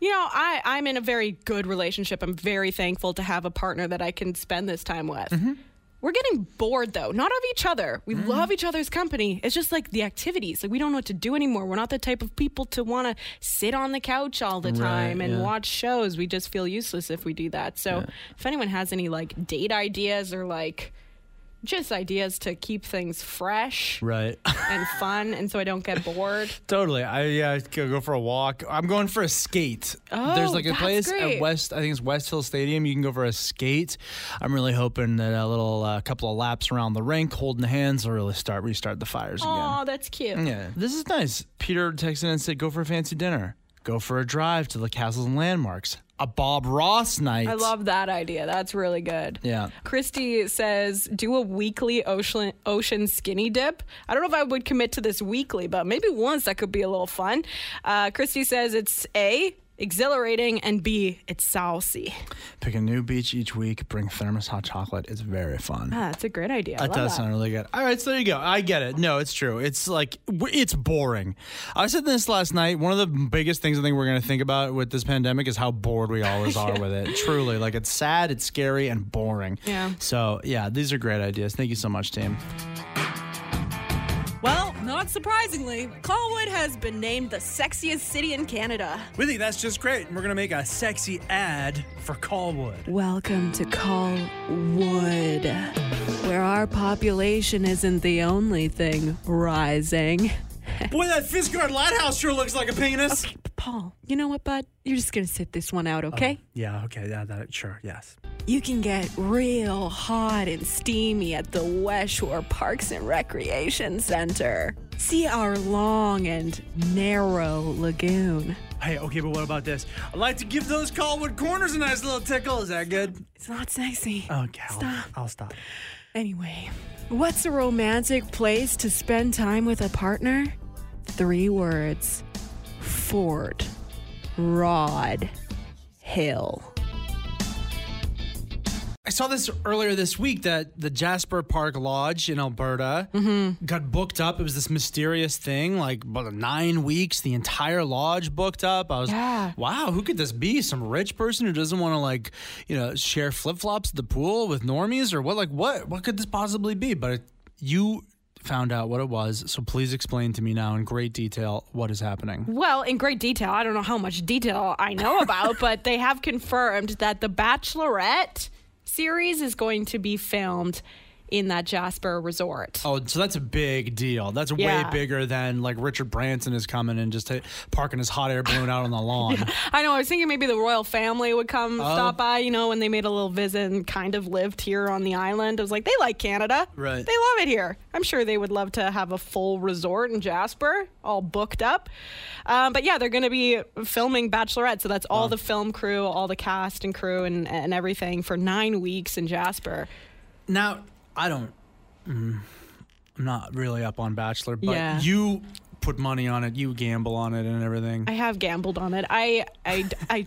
B: you know, I, I'm in a very good relationship. I'm very thankful to have a partner that I can spend this time with.
A: Mm-hmm.
B: We're getting bored though, not of each other. We
A: Mm.
B: love each other's company. It's just like the activities. Like we don't know what to do anymore. We're not the type of people to want to sit on the couch all the time and
A: yeah.
B: watch shows. We just feel useless if we do that. So if anyone has any like date ideas or like just ideas to keep things fresh
A: Right. [laughs]
B: and fun and so I don't get bored.
A: Totally. I [laughs] yeah, I'd go go for a walk. I'm going for a skate.
B: Oh,
A: There's like a
B: that's
A: place
B: great.
A: at West, I think it's West Hill Stadium. You can go for a skate. I'm really hoping that a little uh, couple of laps around the rink, holding hands, will really start restart the fires
B: Oh, that's cute.
A: again. Yeah, this is nice. Peter texted in and said, "Go for a fancy dinner. Go for a drive to the castles and landmarks. A Bob Ross night.
B: I love that idea. That's really good.
A: Yeah.
B: Christy says, do a weekly ocean ocean skinny dip. I don't know if I would commit to this weekly, but maybe once that could be a little fun. Uh, Christy says it's A, exhilarating, and B, it's saucy.
A: Pick a new beach each week. Bring thermos hot chocolate. It's very fun."
B: Ah, that's a great idea. I
A: That
B: love
A: does
B: that.
A: sound really good. All right, so there you go. I get it. No, it's true. It's like w- it's boring. I said this last night. One of the biggest things I think we're going to think about with this pandemic is how bored we always are
B: [laughs]
A: with it. Truly, like it's sad, it's scary, and boring.
B: Yeah.
A: So yeah, these are great ideas. Thank you so much, team.
B: well, not surprisingly, Colwood has been named the sexiest city in Canada.
A: We think that's just great. We're going to make a sexy ad for Callwood.
B: [laughs] Welcome to Call Wood, where our population isn't the only thing rising.
A: Boy, that Fiskard Lighthouse sure looks like a penis.
B: Paul, you know what, bud? You're just going to sit this one out,
A: Oh.
B: okay?
A: Yeah. Okay. Yeah. That. Sure. Yes.
B: You can get real hot and steamy at the Westshore Parks and Recreation Center. See our long and narrow lagoon.
A: Hey. Okay. But what about this? I'd like to give those Callwood corners a nice little tickle. Is that good?
B: It's not sexy.
A: Okay. I'll, Oh, I'll stop.
B: Anyway, what's a romantic place to spend time with a partner? Three words Fort Rod Hill.
A: I saw this earlier this week that the Jasper Park Lodge in Alberta got booked up. It was this mysterious thing, like about nine weeks, the entire lodge booked up. I was,
B: Yeah.
A: wow, who could this be? Some rich person who doesn't want to like, you know, share flip flops at the pool with normies or what? Like, what? What could this possibly be? But it, you found out what it was, so please explain to me now in great detail what is happening.
B: Well, in great detail. I don't know how much detail I know about, but they have confirmed that the Bachelorette series is going to be filmed in that Jasper resort.
A: Oh, so that's a big deal. That's
B: Yeah.
A: way bigger than like Richard Branson is coming and just ta parking his hot air balloon out on
B: [laughs]
A: the lawn.
B: I know. I was thinking maybe the royal family would come stop by, you know, when they made a little visit and kind of lived here on the island. I was like, they like Canada.
A: Right.
B: They love it here. I'm sure they would love to have a full resort in Jasper, all booked up. Um, but yeah, they're going to be filming Bachelorette. So that's all the film crew, all the cast and crew and, and everything for nine weeks in Jasper.
A: Now, I don't. mm, I'm not really up on Bachelor, but
B: Yeah.
A: you put money on it, you gamble on it, and everything.
B: I have gambled on it. I I, I,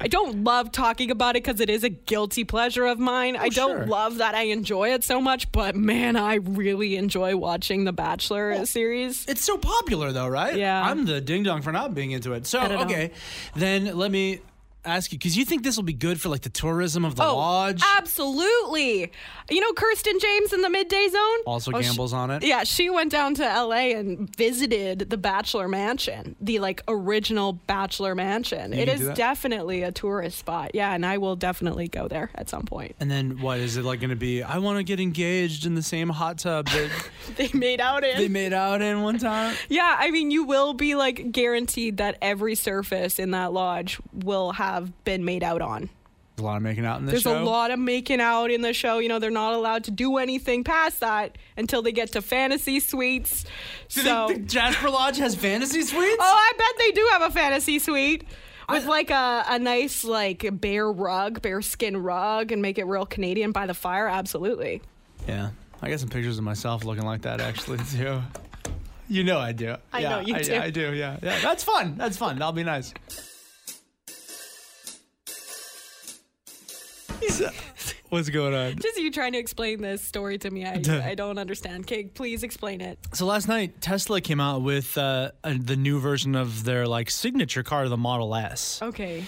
B: I don't love talking about it because it is a guilty pleasure of mine. I don't
A: Oh, sure.
B: love that I enjoy it so much, but man, I really enjoy watching the Bachelor
A: Oh.
B: series.
A: It's so popular though, right?
B: Yeah.
A: I'm the ding dong for not being into it. So
B: don't know.
A: okay, then let me ask you because you think this will be good for like the tourism of the Oh,
B: Oh,
A: lodge.
B: ah, absolutely! You know Kirsten James in the midday zone
A: also
B: Oh, she-
A: gambles on it.
B: Yeah, she went down to LA and visited the Bachelor Mansion, the like original Bachelor Mansion. it
A: can
B: is
A: do that?
B: definitely a tourist spot. Yeah, and I will definitely go there at some point. [laughs]
A: And then what is it like going to be? I want to get engaged in the same hot tub that
B: They made out in.
A: they made out in one time.
B: Yeah, I mean, you will be like guaranteed that every surface in that lodge will have been made out on.
A: There's a lot of making out in this
B: There's a
A: show.
B: lot of making out in the show. You know, they're not allowed to do anything past that until they get to fantasy suites.
A: Do you
B: so,
A: think the Jasper Lodge has fantasy suites?
B: oh, I bet they do have a fantasy suite with like a, a nice like bear rug, bear skin rug, and make it real Canadian by the fire. Absolutely.
A: Yeah, I got some pictures of myself looking like that actually [laughs] too. You know I do. I
B: know you
A: I,
B: do.
A: I do. Yeah, yeah. That's fun. That's fun. That'll
B: [laughs]
A: be nice. So, What's going on?
B: Just you trying to explain this story to me. I, I don't understand. Okay, please explain it.
A: So last night Tesla came out with uh, a, the new version of their like signature car, the Model S,
B: Okay.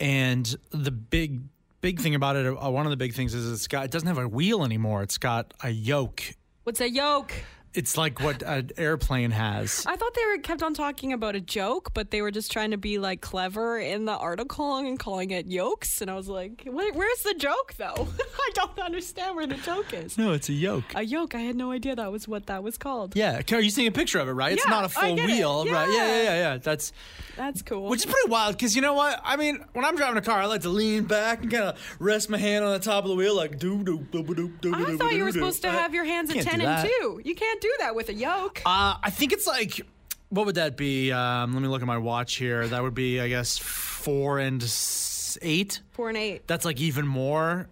A: and the big. Big thing about it, uh, one of the big things is it's got it doesn't have a wheel anymore. It's got a yoke.
B: What's a yoke?
A: It's like what an airplane has.
B: I thought they were kept on talking about a joke, but they were just trying to be like clever in the article and calling it yokes. And I was like, Where, where's the joke though? [laughs] I don't understand where the joke is.
A: No, it's a yoke.
B: A yoke. I had no idea that was what that was called.
A: Yeah, Kara, you seeing a picture of it, right? it's
B: Yeah,
A: not
B: I
A: a full
B: get it.
A: wheel, right? Yeah, yeah,
B: Yeah.
A: yeah, yeah. That's
B: That's cool.
A: which is pretty wild because you know what? I mean, when I'm driving a car, I like to lean back and kind of rest my hand on the top of the wheel, like doo doo doo doo doo doo.
B: I thought you were supposed to have your hands at
A: Can't do
B: ten and
A: that.
B: two. You can't do that with a yoke.
A: Uh, I think it's like, what would that be? Um, let me look at my watch here. That would be, I guess, four and s- eight.
B: Four and eight.
A: That's like even more.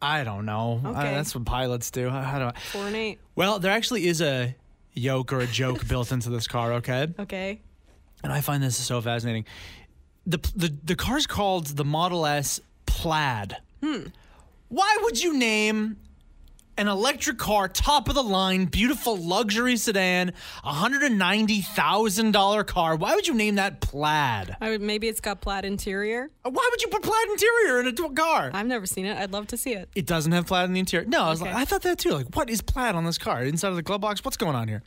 A: I don't know. I-
B: Okay.
A: that's what pilots do. How, how do I?
B: Four and eight.
A: Well, there actually is a yoke or a joke built into this car. Okay.
B: Okay.
A: and I find this so fascinating. The the the car's called the Model S Plaid. Hmm. Why would you name an electric car, top of the line, beautiful luxury sedan, hundred and ninety thousand dollar car? Why would you name that Plaid?
B: I would, maybe it's got plaid interior.
A: Why would you put plaid interior in a t- car?
B: I've never seen it. I'd love to see it.
A: it doesn't have plaid in the interior. No, I was like,
B: Okay.
A: I thought that too. Like, what is plaid on this car? Inside of the glove box? What's going on here?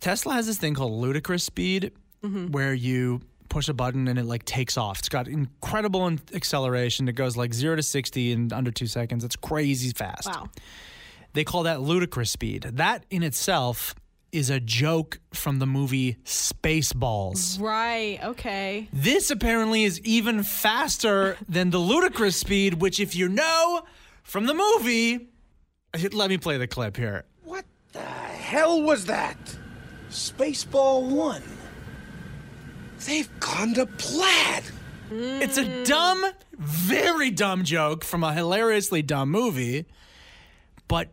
A: Tesla has this thing called ludicrous speed,
B: Mm-hmm.
A: where you push a button and it like takes off. It's got incredible in- acceleration. It goes like zero to sixty in under two seconds. It's crazy fast.
B: Wow.
A: They call that ludicrous speed. That in itself is a joke from the movie
B: Mm-hmm.
A: Spaceballs.
B: Right. Okay.
A: This apparently is even faster than the ludicrous speed, which, if you know from the movie, let me play the clip here.
F: What the hell was that? Spaceball One. They've gone to plaid.
A: It's a dumb, very dumb joke from a hilariously dumb movie, but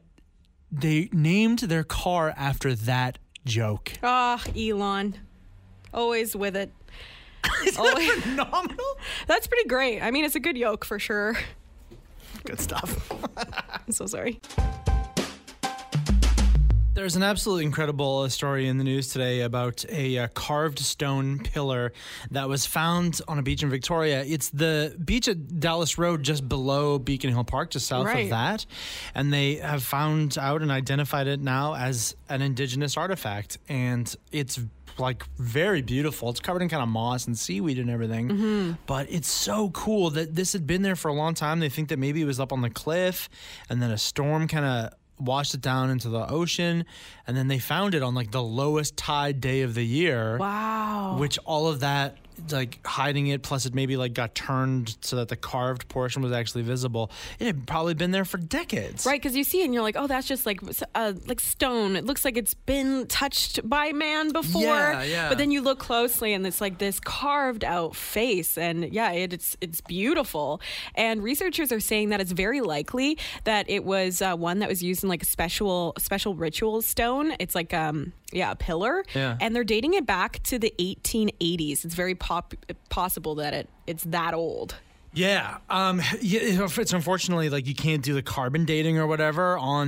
A: they named their car after that joke.
B: Ah, Elon. Always with
A: [laughs]
B: it. Always.
A: Phenomenal?
B: That's pretty great. I mean, it's a good yoke for sure. [laughs]
A: Good stuff.
B: I'm so sorry.
A: There's an absolutely incredible uh, story in the news today about a uh, carved stone pillar that was found on a beach in Victoria. It's the beach at Dallas Road, just below Beacon Hill Park, just south
G: Right.
A: of that. And they have found out and identified it now as an indigenous artifact. And it's like very beautiful. It's covered in kind of moss and seaweed and everything. But it's so cool that this had been there for a long time. They think that maybe it was up on the cliff and then a storm kind of washed it down into the ocean and then they found it on like the lowest tide day of the year
G: Wow.
A: which all of that like hiding it plus it maybe like got turned so that the carved portion was actually visible it had probably been there for decades
B: Right, because you see it and you're like, oh, that's just like s- uh, like stone. It looks like it's been touched by man before.
A: Yeah, yeah.
B: But then you look closely and it's like this carved out face, and yeah, it, it's it's beautiful. And researchers are saying that it's very likely that it was uh, one that was used in like a special special ritual stone. It's like um yeah a pillar.
A: Yeah.
B: And they're dating it back to the 1880s. It's very pop- possible that it it's that old.
A: yeah um [sighs] yeah, it's it's unfortunately like you can't do the carbon dating or whatever on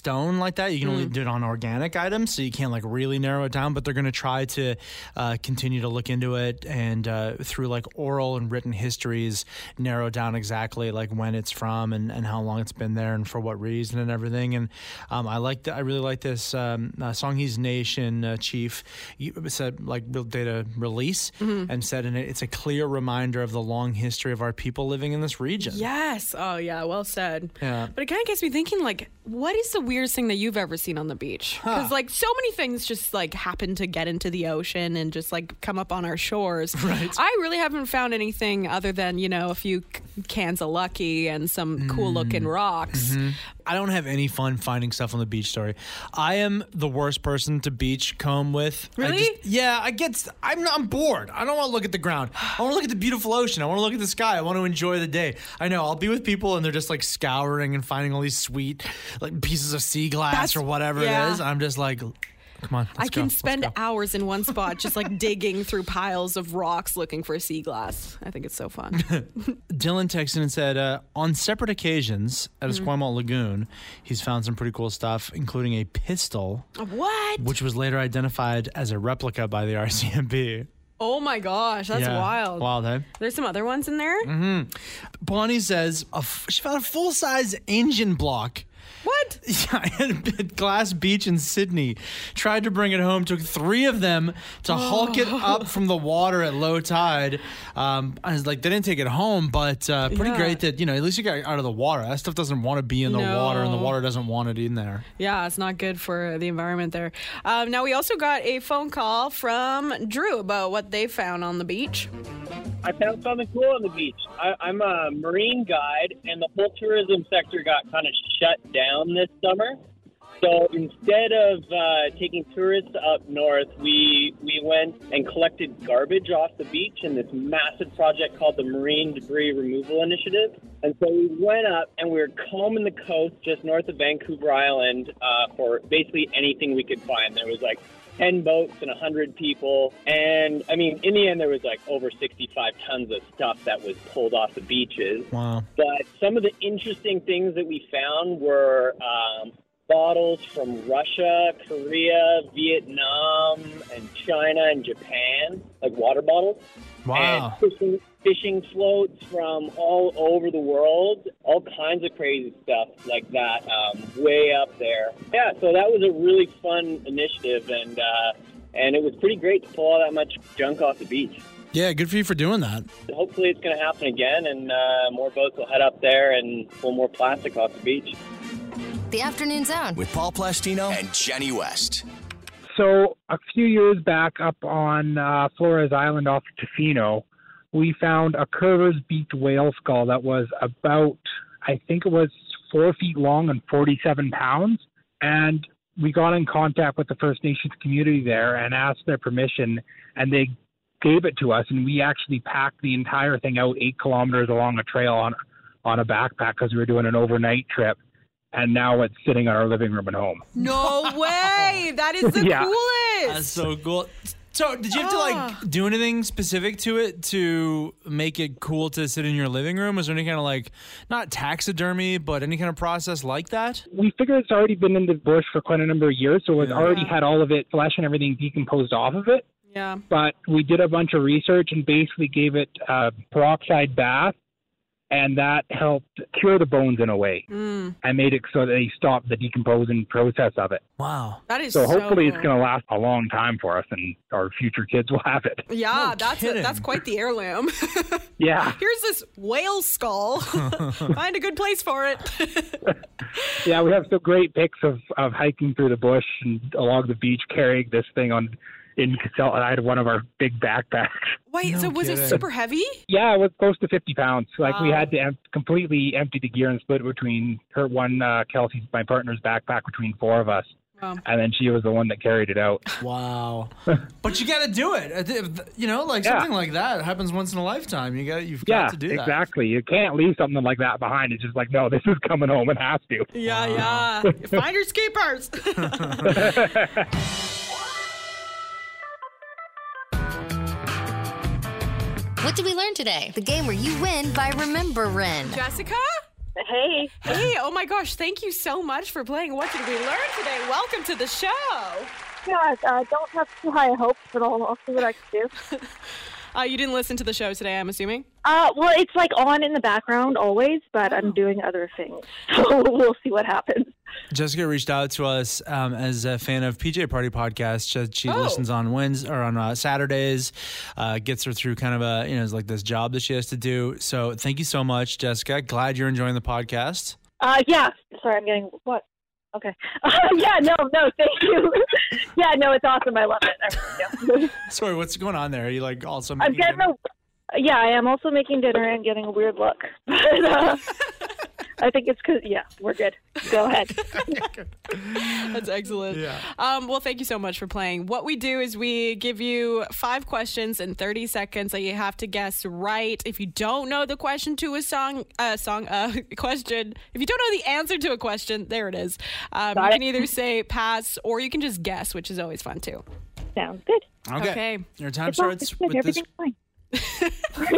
A: stone like that you can only do it on organic items so you can't like really narrow it down but they're going to try to uh, continue to look into it and uh, through like oral and written histories narrow down exactly like when it's from and, and how long it's been there and for what reason and everything. And um, I like I really like this um, uh, Songhees Nation uh, chief you- said like real data release and said in it it's a clear reminder of the long history of our people living in this region.
B: Yes. Oh, yeah. Well said.
A: Yeah.
B: But it kind of gets me thinking, like, what is the weirdest thing that you've ever seen on the beach? Because, like, so many things just, like, happen to get into the ocean and just, like, come up on our
A: [laughs]
B: shores. Right. I really haven't found anything other than, you know, a few c- cans of Lucky and some
A: Mm.
B: cool looking rocks.
A: I don't have any fun finding stuff on the beach story. I am the worst person to beach comb with. I
B: Really?
A: just- yeah, I get. s- I'm not- I'm bored. I don't want to look at the ground. I want to look at the beautiful ocean. I want to look at the sky. I want to enjoy the day. I know I'll be with people and they're just like scouring and finding all these sweet like pieces of sea glass or whatever it
B: yeah.
A: is. I'm just like, come on.
B: I
A: let's go,
B: can
A: let's
B: spend
A: go."
B: hours in one
A: [laughs]
B: spot just, like, digging through piles of rocks looking for sea glass. I think it's so
A: [laughs]
B: fun.
A: Dylan texted and said, uh, on separate occasions at
B: Mm-hmm.
A: Esquimalt Lagoon, he's found some pretty cool stuff, including a pistol.
B: what?
A: which was later identified as a replica by the [laughs] RCMP.
B: Oh, my gosh. That's
A: Yeah. Mm-hmm.
B: wild.
A: Wild, eh?
B: There's some other ones in there.
A: Bonnie says a f- she found a full size engine block. [laughs]
B: What?
A: Yeah, at Glass Beach in Sydney. Tried to bring it home. Took three of them to hulk
B: Oh.
A: it up from the water at low tide. Um, I was like, they didn't take it home, but uh, pretty
B: Yeah.
A: great that you know at least you got it out of the water. That stuff doesn't want to be in the water, and the
B: No.
A: water doesn't want it in there.
B: Yeah, it's not good for the environment there. Um, now, we also got a phone call from Drew about what they found on the beach.
H: I found something cool on the beach. I, I'm a marine guide, and the whole tourism sector got kind of shut down this summer. So instead of uh, taking tourists up north, we we went and collected garbage off the beach in this massive project called the Marine Debris Removal Initiative. And so we went up and we were combing the coast just north of Vancouver Island uh, for basically anything we could find. There was like 10 boats and 100 people. And I mean, in the end, there was like over 65 tons of stuff that was pulled off the beaches.
A: Wow.
H: But some of the interesting things that we found were um, bottles from Russia, Korea, Vietnam, and China and Japan, like water bottles.
A: Wow.
H: And fishing, fishing floats from all over the world, all kinds of crazy stuff like that, um, way up there. Yeah, so that was a really fun initiative, and uh, and it was pretty great to pull all that much junk off the beach
A: Yeah, good for you for doing that.
H: hopefully it's going to happen again and uh, more boats will head up there and pull more plastic off the beach
I: The afternoon's on.
J: With Paul Plastino
F: and Jenny West.
K: So a few years back, up on uh, Flores Island off of Tofino, we found a curver's beaked whale skull that was about, I think it was four feet long and 47 pounds. And we got in contact with the First Nations community there and asked their permission, and they gave it to us. And we actually packed the entire thing out eight kilometers along a trail on on a backpack because we were doing an overnight trip. And now it's sitting in our living room at home.
B: No way! That is the
K: Yeah.
B: coolest!
A: so cool. So, did you have to like do anything specific to it to make it cool to sit in your living room? Was there any kind of like not taxidermy, but any kind of process like that?
K: we figure it's already been in the bush for quite a number of years, so it's already had all of it, flesh and everything decomposed off of it.
B: Yeah.
K: But we did a bunch of research and basically gave it a peroxide bath, and that helped cure the bones in a way and made it so that they stopped the decomposing process of it.
A: Wow.
B: That is
K: So
B: so.
K: hopefully it's
B: cool.
K: going to last a long time for us, and our future kids will have it.
B: Yeah,
A: No
B: that's a,
A: kidding.
B: that's quite the heirloom. [laughs]
K: Yeah,
B: Here's this whale skull. [laughs] Find a good place for it. [laughs]
K: yeah, we have some great pics of of hiking through the bush and along the beach carrying this thing on in Casella. I had one of our big backpacks.
B: Wait,
A: No
B: so was
A: kidding.
B: it super heavy?
K: Yeah, it was close to 50 pounds. Like we
B: Wow.
K: had to em- completely empty the gear and split it between her one, uh, Kelsey's, my partner's backpack between four of us.
B: Wow.
K: And then she was the one that carried it out. [laughs]
A: Wow. but you got to do it. I thi- You know, like
K: Yeah.
A: something like that happens once in a lifetime. You got you've [laughs]
K: yeah,
A: got to do that.
K: exactly. You can't leave something like that behind. It's just like, no, this is coming home. It has to.
B: Yeah, yeah. Finders keepers.
I: What did we learn today? The game where you win by remembering.
B: [laughs] Jessica?
L: Hey,
B: Hey, oh my gosh, thank you so much for playing What Did We Learn Today? Welcome to the show.
L: yeah, uh, don't have too high hopes, but I'll, I'll see what I can do.
B: Uh, you didn't listen to the show today, I'm assuming.
L: Uh, well, it's like on in the background always, but I'm doing other things, [laughs] so we'll see what happens.
A: Jessica reached out to us um, as a fan of PJ Party podcast. She, she
B: Oh.
A: listens on Wednes or on uh, Saturdays, uh, gets her through kind of a you know it's like this job that she has to do. So thank you so much, Jessica. Glad you're enjoying the podcast.
L: Uh, yeah, sorry, I'm getting what? Okay. [laughs] Uh, yeah, no, no, thank you. [laughs] yeah, no, it's awesome. I love it. I really do.
A: Sorry, what's going on there? Are you like also?
L: I'm
A: making
L: getting a. Yeah, I am also making dinner and getting a weird look. [laughs] But, uh, I think it's because yeah, we're good. Go ahead.
A: [laughs]
B: That's excellent.
A: Yeah.
B: Um, well, thank you so much for playing. What we do is we give you five questions in 30 seconds that you have to guess right. If you don't know the question to a song, uh, song, uh, [laughs] question, if you don't know the answer to a question, there it is. Um, you
L: it.
B: can either say pass or you can just guess, which is always fun too.
L: Sounds good.
A: Okay.
B: Okay.
A: Your time
L: all
A: starts
L: good.
A: with this.
L: Everything's fine.
A: [laughs]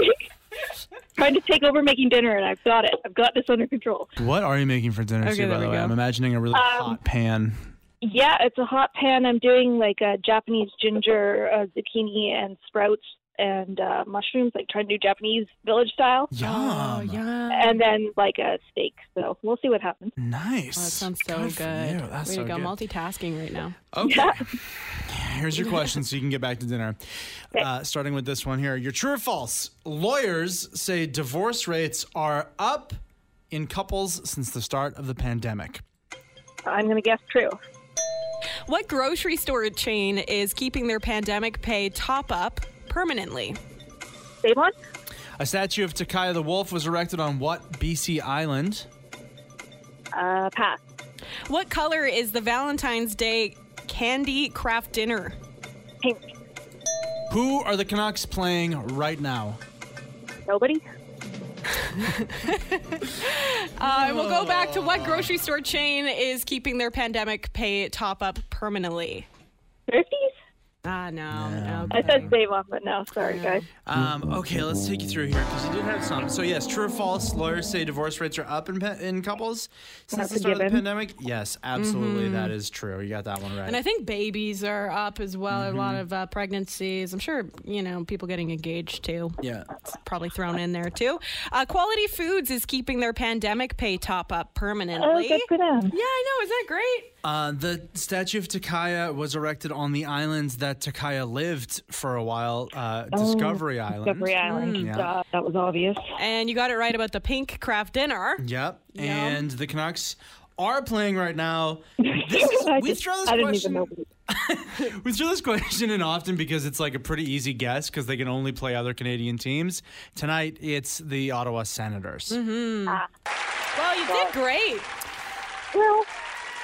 L: Trying to take over making dinner, and I've got it. I've got this under control.
A: What are you making for dinner,
B: Okay,
A: too, by
B: there
A: the
B: we
A: way?
B: go.
A: I'm imagining a really
L: Um,
A: hot pan.
L: Yeah, it's a hot pan. I'm doing like a Japanese ginger, uh, zucchini, and sprouts and uh, mushrooms. Like trying to do Japanese village style,
A: Yum.
B: Oh, yeah.
A: Mm-hmm.
L: and then like a steak. So we'll see what happens.
A: Nice.
B: Oh, that sounds so good.
A: Good for you. That's
B: Way
A: so
B: to go.
A: good.
B: Multitasking right now.
A: Okay. Here's your question so you can get back to dinner. Uh, starting with this one here. Your true or false? Lawyers say divorce rates are up in couples since the start of the pandemic.
L: I'm gonna guess true.
B: What grocery store chain is keeping their pandemic pay top up permanently?
L: Save on
A: A statue of Takaya the Wolf was erected on what BC island?
L: uh, pass.
B: What color is the Valentine's Day candy craft dinner?
L: Pink.
A: Who are the Canucks playing right now?
L: Nobody.
B: Uh, and we'll go back to what grocery store chain is keeping their pandemic pay top up permanently.
L: Thrifties.
B: Ah, no.
L: I
A: Mm.
L: said save on, but no, sorry guys.
A: Um, okay, let's take you through here because you did have some. So yes, true or false? Lawyers say divorce rates are up in, pe- in couples since
L: That's
A: the
L: a
A: start of the
L: given.
A: pandemic. Yes, absolutely, that is true. You got that one right.
B: Mm-hmm. And I think babies are up as well. A lot of uh, pregnancies. I'm sure, you know, people getting engaged too.
A: yeah.
B: It's probably thrown in there too. Uh, Quality Foods is keeping their pandemic pay top up
L: Oh,
B: permanently.
L: good for them.
B: yeah, I know. Is that great?
A: Uh, the statue of Takaya was erected on the island that Takaya lived for a while, uh, Discovery Island.
L: Oh, Discovery Island.
A: Mm. Yeah.
L: Duh, that was obvious.
B: And you got it right about the pink craft dinner.
A: Yep. And the Canucks are playing right
L: [laughs]
A: now. This is,
L: I,
A: we
L: just-
A: throw this
L: I didn't
A: question.
L: even know.
A: We throw this question in often because it's like a pretty easy guess because they can only play other Canadian teams. Tonight, it's the Ottawa Senators.
L: Mm-hmm.
B: Well, you did great.
L: Well,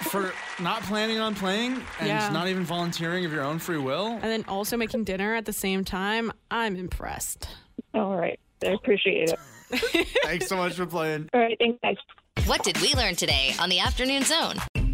A: For not planning on playing and
B: Yeah.
A: not even volunteering of your own free will.
B: And then also making dinner at the same time. I'm impressed.
L: all right. I appreciate it.
A: [laughs] Thanks so much for playing.
L: All right, thanks guys.
I: What did we learn today on the afternoon zone?